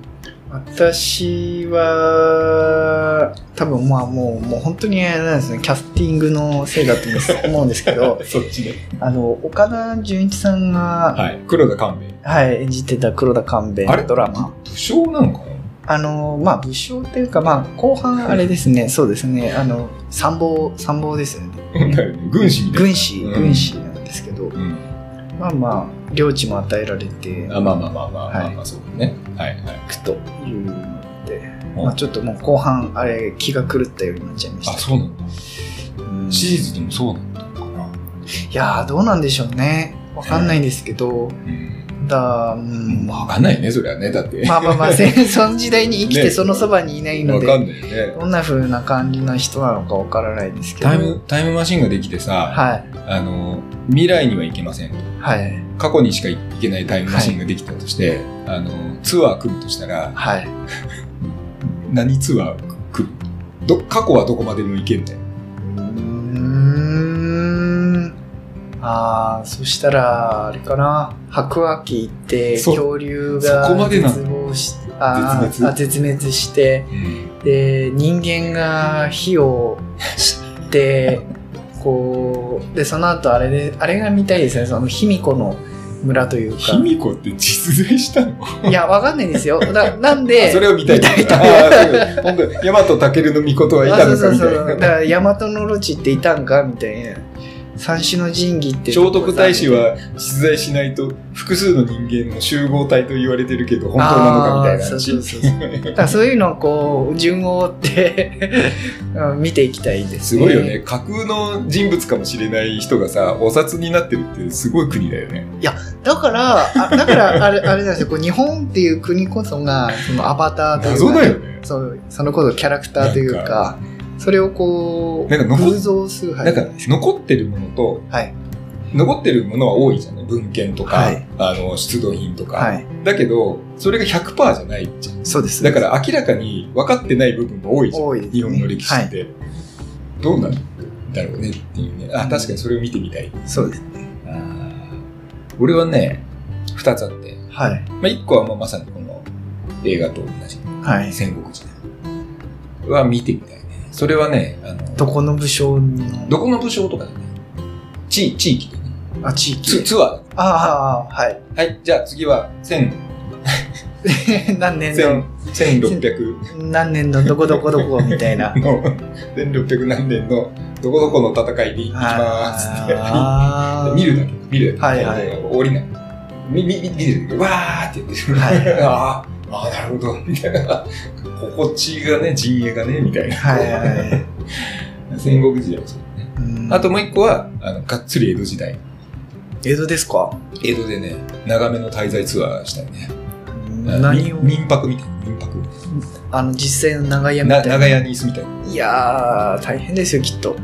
Speaker 2: 私は多分まあもうもう本当にあれなんですねキャスティングのせいだと思うんですけ
Speaker 1: (laughs)
Speaker 2: ど
Speaker 1: そっちで。
Speaker 2: あの岡田准一さんが、
Speaker 1: はい。黒田官兵衛。
Speaker 2: はい演じてた黒田官兵衛
Speaker 1: あれ
Speaker 2: のドラマ
Speaker 1: 武将なのかな
Speaker 2: あのまあ武将っていうかまあ後半あれですねそうですねあの参謀参謀ですよね
Speaker 1: なんだよね軍師みたいな。
Speaker 2: 軍師、
Speaker 1: うん
Speaker 2: 軍師なんですけど、
Speaker 1: うん。
Speaker 2: まあまあ領地も与えられて
Speaker 1: あまあまあまあまあ、まあ
Speaker 2: はい
Speaker 1: まあそうだね。はいはい。
Speaker 2: いくというので、
Speaker 1: うん
Speaker 2: まあ、ちょっともう後半あれ気が狂ったようになっちゃいま
Speaker 1: あ、
Speaker 2: し
Speaker 1: そうなんだ。
Speaker 2: た、うん
Speaker 1: シリーズでもそうなんだのかな。
Speaker 2: いやーどうなんでしょうねわかんないんですけど、
Speaker 1: うん。
Speaker 2: だうん
Speaker 1: わ
Speaker 2: ま
Speaker 1: かんないね、それはね。だって。
Speaker 2: あまあ
Speaker 1: (laughs)
Speaker 2: まあ戦争の時代に生きて
Speaker 1: ね
Speaker 2: そのそばにいないの
Speaker 1: わ
Speaker 2: で、
Speaker 1: かんないよね。
Speaker 2: どんな風な感じな人なのかわからないですけど
Speaker 1: タイム、タイムマシンができてさ、
Speaker 2: はい
Speaker 1: あの、未来には行けませんと。
Speaker 2: はい
Speaker 1: 過去にしか行けないタイムマシンができたとして、あの、ツアー組むとしたら、
Speaker 2: はい
Speaker 1: 何ツアー組むど、過去はどこまでも行けんだよ。
Speaker 2: うーんああそしたらあれかな白亜紀行って
Speaker 1: そ
Speaker 2: 恐竜
Speaker 1: そ
Speaker 2: が
Speaker 1: こまでなの
Speaker 2: 絶望しあ
Speaker 1: 絶滅
Speaker 2: あ絶滅してで人間が火を知って
Speaker 1: (laughs)
Speaker 2: こうでその後あれであれが見たいですねその卑弥呼の村という
Speaker 1: 卑
Speaker 2: か
Speaker 1: 弥呼って実在したの
Speaker 2: いやわかんないですよ
Speaker 1: (laughs)
Speaker 2: だなんで
Speaker 1: それを見たい
Speaker 2: 見たい
Speaker 1: ああそういうこと本当ヤマトタケルの御事はいたの
Speaker 2: あそう
Speaker 1: か
Speaker 2: そう
Speaker 1: みた
Speaker 2: そ
Speaker 1: いう
Speaker 2: だ
Speaker 1: な
Speaker 2: から大和のロチっていたんかみたいな三種の神器って
Speaker 1: 聖徳太子は実在しないと複数の人間の集合体と言われてるけど本当なのかみたいな
Speaker 2: あーそ
Speaker 1: 話
Speaker 2: うそうそうそうだからそういうのをこう順を追って (laughs) うん見ていきたいですね
Speaker 1: すごいよね架空の人物かもしれない人がさお札になってるってすごい国だよね
Speaker 2: だからあだからあれあれなんですよこう日本っていう国こそがそのアバターというか
Speaker 1: 謎だよね
Speaker 2: そうそのこそキャラクターというかそれをこう
Speaker 1: なんか残っ
Speaker 2: 偶像崇拝
Speaker 1: なんか残ってるものと
Speaker 2: はい
Speaker 1: 残ってるものは多いじゃない文献とか、
Speaker 2: はい
Speaker 1: あの出土品とか、
Speaker 2: はい
Speaker 1: だけどそれが100%じゃないじゃん
Speaker 2: そうです
Speaker 1: だから明らかに分かってない部分が多いじゃん
Speaker 2: 多いですね
Speaker 1: 日本の歴史
Speaker 2: は
Speaker 1: っ
Speaker 2: い、
Speaker 1: て、どうなるんだろうねっていうねあ確かにそれを見てみたい
Speaker 2: そうです
Speaker 1: あー俺はね2つあって、
Speaker 2: はい
Speaker 1: まあ、1個はまあまさにこの映画と同じ
Speaker 2: はい
Speaker 1: 戦国時代は見てみたいねそれはねあの
Speaker 2: どこの武将の
Speaker 1: どこの武将とかだね地地域でね
Speaker 2: あ地域
Speaker 1: ツツアーだ
Speaker 2: ああはい
Speaker 1: はい、じゃあ次は1000
Speaker 2: (laughs) 何年
Speaker 1: 1000
Speaker 2: の
Speaker 1: 1600
Speaker 2: 何年のどこどこどこみたいな
Speaker 1: の1600何年のどこどこの戦いに行きますって
Speaker 2: あー
Speaker 1: 見るだけ見るだけ、
Speaker 2: はいは
Speaker 1: 降りない見見見見てるだけわーって言ってる、
Speaker 2: はい
Speaker 1: (laughs) あーあーなるほどみたいな心地がね陣営がねみたいな、 (laughs)
Speaker 2: はいはい
Speaker 1: 戦国時代もそうだね
Speaker 2: うん
Speaker 1: あともう一個はあのがっつり江戸時代
Speaker 2: 江戸ですか
Speaker 1: 江戸でね長めの滞在ツアーしたいね
Speaker 2: 何を
Speaker 1: 民民泊みたいな民泊
Speaker 2: あの実際の長屋みた
Speaker 1: ない
Speaker 2: な
Speaker 1: 長屋に住みたい
Speaker 2: いやー大変ですよきっと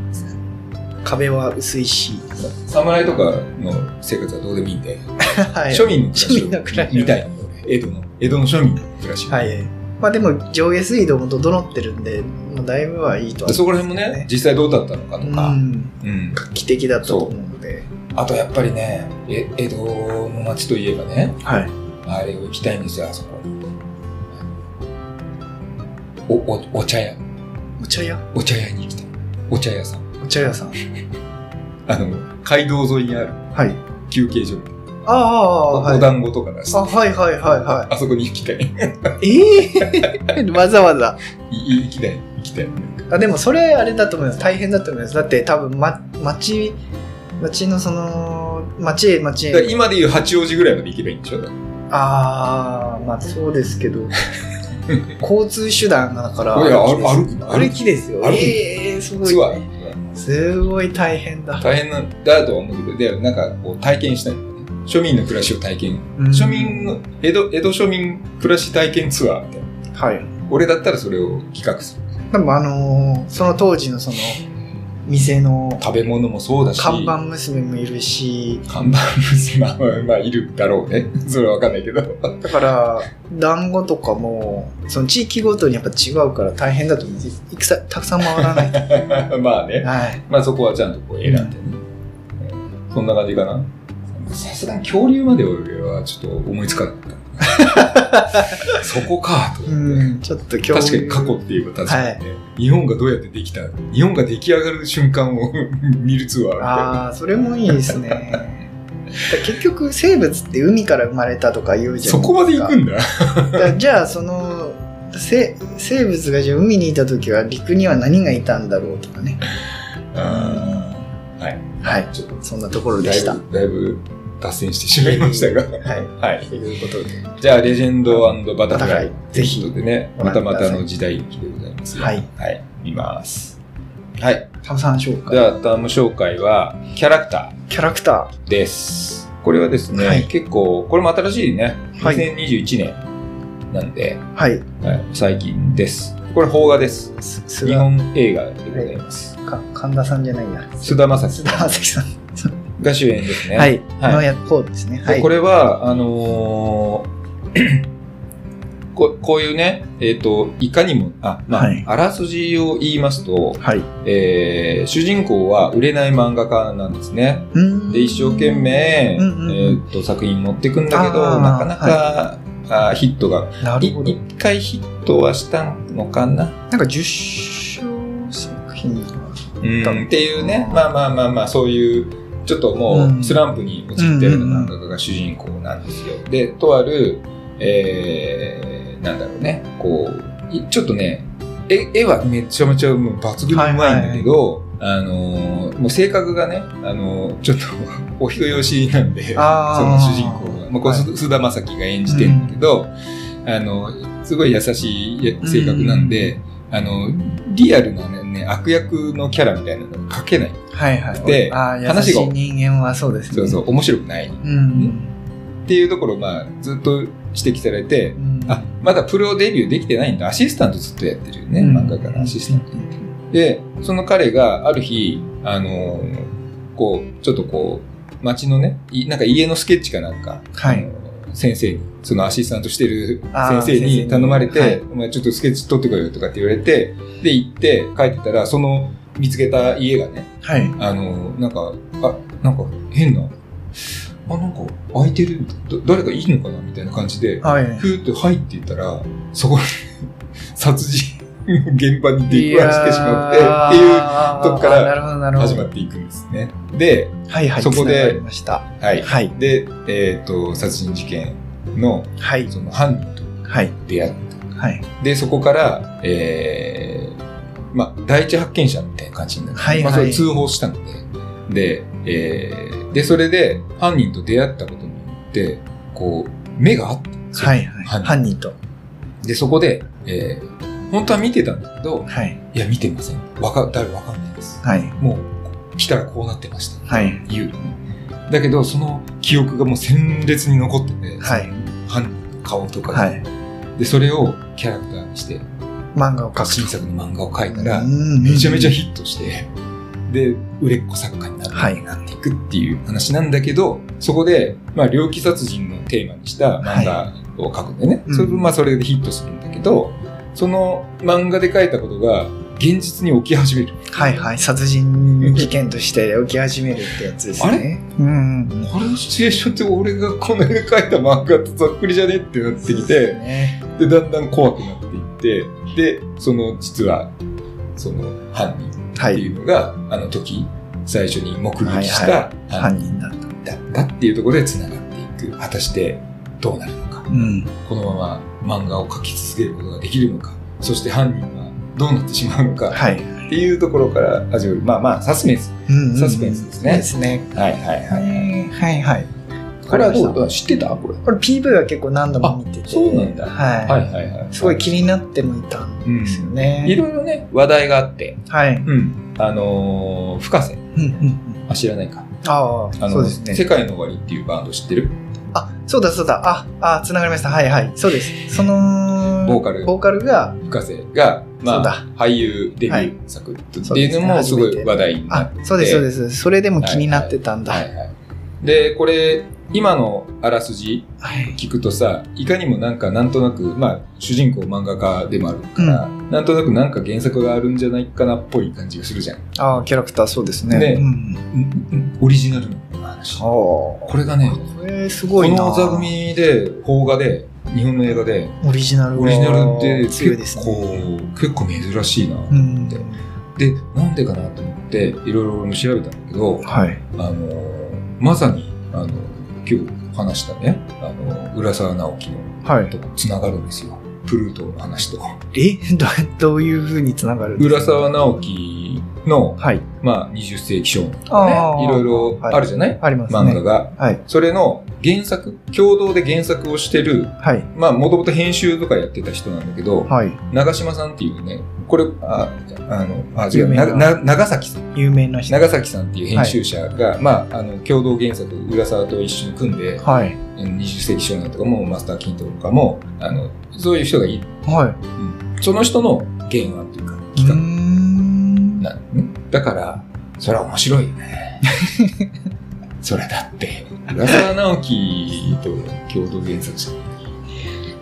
Speaker 2: 壁は薄いし、
Speaker 1: 侍とかの生活はどうでもいいんで、
Speaker 2: はい、
Speaker 1: 庶民の
Speaker 2: 庶民の暮
Speaker 1: 暮ら
Speaker 2: ら
Speaker 1: し
Speaker 2: し
Speaker 1: を見たいのよ江戸の江戸の庶民の暮らしを、
Speaker 2: (laughs) はいまあでも上下水道も整ってるんで、まあ、だいぶはいいとは
Speaker 1: でそこら辺もね実際どうだったのかとか、
Speaker 2: う
Speaker 1: うん
Speaker 2: ん画期的だったと思うので
Speaker 1: あとやっぱりねえ江戸の町といえばね
Speaker 2: はい
Speaker 1: あれを行きたいんですよあそこおおお茶屋
Speaker 2: お茶屋
Speaker 1: お茶屋に行きたいお茶屋さん
Speaker 2: お茶屋さん
Speaker 1: あの街道沿いにある
Speaker 2: はい
Speaker 1: 休憩所、
Speaker 2: ああ
Speaker 1: お
Speaker 2: はい
Speaker 1: お団子とかがして
Speaker 2: あはいはいはいは
Speaker 1: あそこに行きたい
Speaker 2: いええ (laughs) わざわざ
Speaker 1: い行きたい行きたい
Speaker 2: あでもそれあれだと思います大変だと思いますだって多分、ま、町町のその町へ町
Speaker 1: だから
Speaker 2: へ
Speaker 1: 今でいう八王子ぐらいまで行けばいいんでしょだから
Speaker 2: ああまあそうですけ
Speaker 1: (laughs)
Speaker 2: ど交通手段だから
Speaker 1: いや
Speaker 2: 歩きです
Speaker 1: 歩くの
Speaker 2: 歩きですよ
Speaker 1: 歩くの
Speaker 2: ええすごい
Speaker 1: ツアー
Speaker 2: すごい大変だ
Speaker 1: 大変なんだとは思うけど、でなんかこう体験したい。庶民の暮らしを体験。
Speaker 2: うん
Speaker 1: 庶民の、江戸、江戸庶民暮らし体験ツアーみたいな。
Speaker 2: はい
Speaker 1: 俺だったらそれを企画する。
Speaker 2: でもあのーその当時のその店の
Speaker 1: 食べ物もそうだし。
Speaker 2: 看板。娘もいるし
Speaker 1: 看板娘まあ (laughs) まあ、まあ、いるだろうね。それはわかんないけど。 (laughs)
Speaker 2: だから団子とかもその地域ごとにやっぱ違うから大変だと思うんですいくさたくさん回
Speaker 1: (laughs)
Speaker 2: らないと
Speaker 1: まあね。
Speaker 2: はい
Speaker 1: まあそこはちゃんとこう選んでね。そんな感じかな。さすがに恐竜まで俺はちょっと思いつかなか (laughs) った。そこかと思って。
Speaker 2: うんちょっと今
Speaker 1: 確か
Speaker 2: 日
Speaker 1: に過去って言えば確かにね、日本がどうやってできた日本が出来上がる瞬間を (laughs) 見るツアーみたいな
Speaker 2: ああそれもいいですねだから結局生物って海から生まれたとか言うじゃな
Speaker 1: そ
Speaker 2: いですか
Speaker 1: こまで行くんだ
Speaker 2: だからじゃあそのせ生物がじゃあ海にいた時は陸には何がいたんだろうとかね
Speaker 1: あ
Speaker 2: はい
Speaker 1: ーちょっと
Speaker 2: そんなところでした
Speaker 1: だいぶだいぶ脱線してしまいましたが
Speaker 2: はい
Speaker 1: はい
Speaker 2: ということで
Speaker 1: じゃあ「レジェンドバタフライ」
Speaker 2: ぜひ
Speaker 1: ということでね
Speaker 2: ご覧
Speaker 1: ま
Speaker 2: く
Speaker 1: た
Speaker 2: ださい
Speaker 1: またの時代劇でございます
Speaker 2: はい、
Speaker 1: はい、見ますはい
Speaker 2: タムさん紹
Speaker 1: じ
Speaker 2: 介
Speaker 1: ゃあターム紹介はキャラクタ
Speaker 2: キャラクタ
Speaker 1: ーですこれはですね、
Speaker 2: はい
Speaker 1: 結構これも新しいね
Speaker 2: はい
Speaker 1: 2021年なんで、
Speaker 2: ーはい
Speaker 1: はい、最近です。これ、邦画です。
Speaker 2: す
Speaker 1: 日
Speaker 2: 菅
Speaker 1: 本映画でございます。
Speaker 2: か神田さんじゃないや
Speaker 1: 菅田将
Speaker 2: 須田将暉さん
Speaker 1: 暉が主演ですね。
Speaker 2: はい
Speaker 1: はい
Speaker 2: のや方ですね
Speaker 1: で
Speaker 2: はい
Speaker 1: これは、あのー (coughs) ここういうね、えっ、と、いかにも、あ、まあ、
Speaker 2: はい
Speaker 1: あらすじを言いますと、
Speaker 2: はい
Speaker 1: えー主人公は売れない漫画家なんですね。で、一生懸命、
Speaker 2: うんうんうん
Speaker 1: えっ、と、作品持ってくんだけど、
Speaker 2: あー
Speaker 1: なかなか、あーヒットが
Speaker 2: なるほど。
Speaker 1: 1回ヒットはしたのかな、
Speaker 2: なんか10賞作品が
Speaker 1: うんっていうねまあまあまあまあそういうちょっと
Speaker 2: う
Speaker 1: もうんスランプに陥ってる漫画家が主人公なんですよ。でとある、えー、なんだろうねこういちょっとね絵絵はめちゃめちゃもう抜群にうまいんだけど、あのーもう性格がね、あのーちょっと (laughs) お人よしなんで。その
Speaker 2: あ
Speaker 1: 主人公が、まあ、これ
Speaker 2: はい
Speaker 1: 須田将暉が演じてるんだけど、あのすごい優しい性格なんで、あのリアルな、ね、悪役のキャラみたいなのが書けない、
Speaker 2: はいはい。
Speaker 1: で
Speaker 2: ああ、優
Speaker 1: 話
Speaker 2: し
Speaker 1: が
Speaker 2: い人間はそうですね。
Speaker 1: そうそう面白くないっ
Speaker 2: うん。
Speaker 1: ていうところを、まあ、ずっと指摘されて
Speaker 2: う、ん。
Speaker 1: あまだプロデビューできてないんだアシスタントずっとやってるよね、漫画家のアシスタント。
Speaker 2: ン
Speaker 1: でその彼がある日あのこうちょっとこう街のねいなんか家のスケッチかなんか
Speaker 2: トは
Speaker 1: あ
Speaker 2: い。
Speaker 1: の先生に、そのアシスタントしてる
Speaker 2: あー
Speaker 1: 先生
Speaker 2: 先生
Speaker 1: に
Speaker 2: に
Speaker 1: 頼まれて、
Speaker 2: はい
Speaker 1: お前ちょっとスケッチ取ってこいよとかって言われて、で、行って帰ってたら、その見つけた家がね、
Speaker 2: はい。
Speaker 1: あの、なんか、あ、なんか変な、あ、なんか開いてる、ど誰かいいのかなみたいな感じで、
Speaker 2: はい。
Speaker 1: ふーって入っていったら、そこに (laughs) 殺人の現場に出くわしてしまって、っていう
Speaker 2: う
Speaker 1: とこから
Speaker 2: なるほど、なるほど。
Speaker 1: 始まっていくんですね。で、
Speaker 2: はいはい。
Speaker 1: そこで
Speaker 2: 繋がりました。
Speaker 1: はい。
Speaker 2: はい。
Speaker 1: で、えっ、と、殺人事件の、
Speaker 2: はい。
Speaker 1: その犯人と
Speaker 2: はい。
Speaker 1: 出会う。
Speaker 2: はい。
Speaker 1: で、そこから、えー、まあ、第一発見者みたいな感じになる。
Speaker 2: はいはい
Speaker 1: まあ、それ通報したので。で、えー、で、それで、犯人と出会ったことによって、こう、目が合ったんですよ
Speaker 2: はい。はい。
Speaker 1: 犯
Speaker 2: 犯人と。
Speaker 1: 人で、そこで、えー、本当は見てたんだけど、
Speaker 2: はい。
Speaker 1: いや、見てません。わか、誰わかんないです。
Speaker 2: はい。
Speaker 1: もう、来たらこうなってました。
Speaker 2: はい。
Speaker 1: 言う。だけど、その記憶がもう鮮烈に残ってて、
Speaker 2: はい。
Speaker 1: 犯人の顔とかが、
Speaker 2: はい。
Speaker 1: で、それをキャラクターにして、
Speaker 2: 漫画を描
Speaker 1: 革
Speaker 2: く
Speaker 1: 新作の漫画を描いたら、
Speaker 2: うん
Speaker 1: めちゃめちゃヒットして、で、売れっ子作家になって,、
Speaker 2: はい
Speaker 1: なっていくっていう話なんだけど、そこで、まあ、猟奇殺人のテーマにした漫画を描くんだよね。
Speaker 2: うん
Speaker 1: それまあ、それでヒットするんだけど、その漫画で描いたことが、現実に起き始める。
Speaker 2: はいはい。殺人事件として起き始めるってやつですね。うんうん。
Speaker 1: これのシチュエーションって俺がこの絵で描いた漫画とざっくりじゃねってなってき
Speaker 2: そうで
Speaker 1: て
Speaker 2: す、ね
Speaker 1: でだんだん怖くなっていってでその実はその犯人
Speaker 2: は
Speaker 1: ってい
Speaker 2: い。
Speaker 1: うのが、あの時最初に目撃し
Speaker 2: は
Speaker 1: た犯
Speaker 2: 犯人だった。
Speaker 1: 人だったっていうところでつながっていく果たしてどうなるのか
Speaker 2: うん。
Speaker 1: このまま漫画を描き続けることができるのかそして犯人はどうなってしまうのか
Speaker 2: はい。
Speaker 1: っていうところから始まるまあまあサスペンス
Speaker 2: うんうん
Speaker 1: サスペンスですね
Speaker 2: そうですね。
Speaker 1: はいはいはい
Speaker 2: はいはい。
Speaker 1: これはどう
Speaker 2: こ
Speaker 1: だ知ってたこれ
Speaker 2: れ PV は結構何度も見てて。
Speaker 1: そうなんだ
Speaker 2: は
Speaker 1: はい
Speaker 2: い。
Speaker 1: はいはい
Speaker 2: すごい気になってもいたん
Speaker 1: うん
Speaker 2: ですよ
Speaker 1: い
Speaker 2: ね。
Speaker 1: ろいろね話題があって
Speaker 2: はい。
Speaker 1: うんあのー深瀬
Speaker 2: うんうんうん。
Speaker 1: あ知らないか
Speaker 2: あ
Speaker 1: あ
Speaker 2: あ、
Speaker 1: の
Speaker 2: そうです
Speaker 1: 世
Speaker 2: ね。
Speaker 1: 界の終わりっていうバンド知ってる
Speaker 2: あ、そうだそうだ。あ、あ、繋がりました。はいはい。そうです。その、
Speaker 1: ボーカル
Speaker 2: ボーカルが、
Speaker 1: 深瀬が、ま
Speaker 2: そうだ
Speaker 1: あ、俳優デビュー作っていうの
Speaker 2: は
Speaker 1: も
Speaker 2: い
Speaker 1: す
Speaker 2: そう
Speaker 1: ご
Speaker 2: ですね
Speaker 1: い話題にな
Speaker 2: あ
Speaker 1: っ、
Speaker 2: そうですそうです。それでも気になってたん
Speaker 1: た。
Speaker 2: だ。
Speaker 1: はいはい、で、これ、今のあらすじ
Speaker 2: はい。
Speaker 1: 聞くとさ、いかにもなんかなんとなく、まあ、主人公漫画家でもあるから、なんとなくなんか原作があるんじゃないかなっぽい感じがするじゃん。
Speaker 2: ああ、キャラクターそうですね。
Speaker 1: ね
Speaker 2: うんうん。
Speaker 1: うんうんオリジナルの話。こ
Speaker 2: ああ。
Speaker 1: れがね、
Speaker 2: これす
Speaker 1: こ
Speaker 2: ごいな。
Speaker 1: の座組で、邦画で、日本の映画で、
Speaker 2: オリジナルは
Speaker 1: オリジナルって
Speaker 2: 強いで
Speaker 1: 結構、
Speaker 2: すね。
Speaker 1: 結構珍しいな。
Speaker 2: うん。
Speaker 1: で、なんでかなと思って、いろいろ俺も調べたんだけど、
Speaker 2: はい。
Speaker 1: あのーまさに、あの今日話したね、あの浦沢直樹の
Speaker 2: は
Speaker 1: とつながるんですよ。プルートの話と。
Speaker 2: い。えど (laughs) どういうふうにつながるんですか
Speaker 1: 浦沢直樹の、
Speaker 2: はい。
Speaker 1: まあ、20世紀少年と
Speaker 2: あ
Speaker 1: か
Speaker 2: ー
Speaker 1: ね、いろいろあるじゃない、
Speaker 2: あります
Speaker 1: 漫画
Speaker 2: ね。
Speaker 1: が。
Speaker 2: はい。
Speaker 1: それの原作、共同で原作をしてる、
Speaker 2: はい。
Speaker 1: まあ、もともと編集とかやってた人なんだけど、
Speaker 2: はい。
Speaker 1: 長島さんっていうね、これ、あ、あの、あ、違
Speaker 2: 有
Speaker 1: う、
Speaker 2: 名
Speaker 1: な
Speaker 2: な
Speaker 1: な長崎さん。
Speaker 2: 有名な人。
Speaker 1: 長崎さんっていう編集者が、まあ、あの共同原作浦沢と一緒に組んで
Speaker 2: はい。
Speaker 1: 20世紀少年とかもマスター・キントとかもあのそういう人がいる、
Speaker 2: はい。
Speaker 1: その人の原案というか企
Speaker 2: うー
Speaker 1: 画
Speaker 2: ん。
Speaker 1: なのねだからそれは面白いよねそれだって浦沢直樹と共同原作者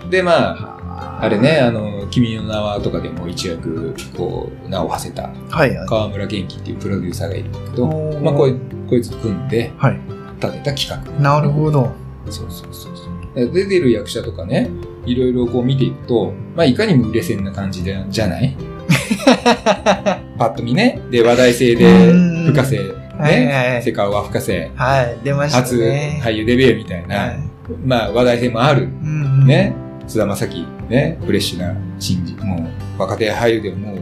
Speaker 1: でまああれね「あの君の名は」とかでも一躍こう名を馳せた
Speaker 2: はい。はい。
Speaker 1: 川村元気っていうプロデューサーがいるんだけど、
Speaker 2: おー
Speaker 1: まあ、こいこいつと組んで
Speaker 2: はい。
Speaker 1: 立てた企画
Speaker 2: なるほど。
Speaker 1: そうそうそうそうで出てる役者とかね、いろいろこう見ていくと、まあいかにも売れ線な感じでじゃない
Speaker 2: (laughs)
Speaker 1: パッと見ね。で、話題性で
Speaker 2: うん、
Speaker 1: 深瀬、
Speaker 2: はい
Speaker 1: ね。
Speaker 2: はい
Speaker 1: セカオワ深瀬、
Speaker 2: はい、出ました
Speaker 1: 初
Speaker 2: ね。
Speaker 1: 俳優デビューみたいな、
Speaker 2: はい
Speaker 1: まあ話題性もある。
Speaker 2: うんうん
Speaker 1: ね。。菅田将暉、ね。フレッシュな新人。もう、若手俳優でももう、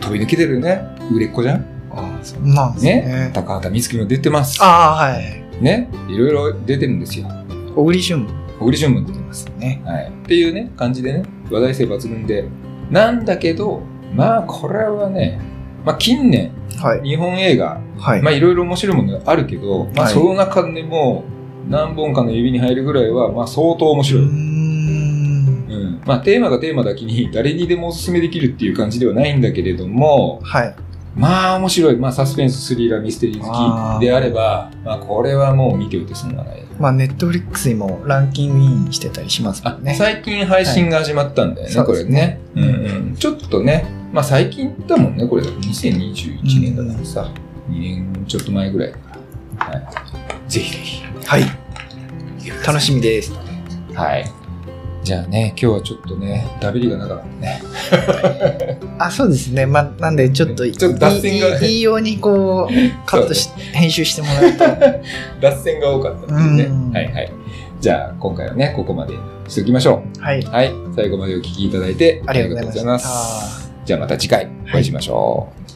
Speaker 1: 飛び抜けてるよね。売れっ子じゃん。
Speaker 2: あそうなんですね。
Speaker 1: 高畑充希も出てます。
Speaker 2: ああ、はい。
Speaker 1: ね。いろいろ出てるんですよ。
Speaker 2: 小栗旬も
Speaker 1: 小栗旬も出てます。
Speaker 2: ね。
Speaker 1: はい。っていうね、感じでね、話題性抜群で。なんだけど、まあ、これはね、まあ、近年、
Speaker 2: はい。
Speaker 1: 日本映画、
Speaker 2: はい。
Speaker 1: まあ、いろいろ面白いものあるけど、まあ、
Speaker 2: はい
Speaker 1: その中でも、何本かの指に入るぐらいは、まあ、相当面
Speaker 2: うー
Speaker 1: 白い。
Speaker 2: ん。
Speaker 1: うん。まあ、テーマがテーマだけに、誰にでもおすすめできるっていう感じではないんだけれども、
Speaker 2: はい。
Speaker 1: まあ、面白い。まあ、サスペンス、スリラー、ミステリー好きであれば、まあ、これはもう見ておいて損はない。
Speaker 2: まあ、ネットフリックスにもランキングインしてたりしますも
Speaker 1: あ
Speaker 2: んね。
Speaker 1: 最近配信が始まったんだよね、
Speaker 2: はい
Speaker 1: これね、うんうん、ちょっとね、まあ、最近だもんねこれ2021年だからさ、2年ちょっと前ぐらいだから、はい、ぜひぜひ
Speaker 2: はい。楽しみです。
Speaker 1: はいじゃあね今日はちょっとねダビリがなかったね
Speaker 2: あ、そうですね。まあ、なんで、ちょっと、
Speaker 1: ちょっと脱線が
Speaker 2: いいいいいいようにこう、カットし、編集してもらうと。
Speaker 1: 脱線が多かったっていうね
Speaker 2: うん
Speaker 1: はいはいじゃあ今回はねここまでにしておきましょ
Speaker 2: (laughs) はい。
Speaker 1: うはい最後までお聞きいただいて
Speaker 2: ありがとうございました
Speaker 1: ありがとうございますじゃあまた次回お会いしましょう、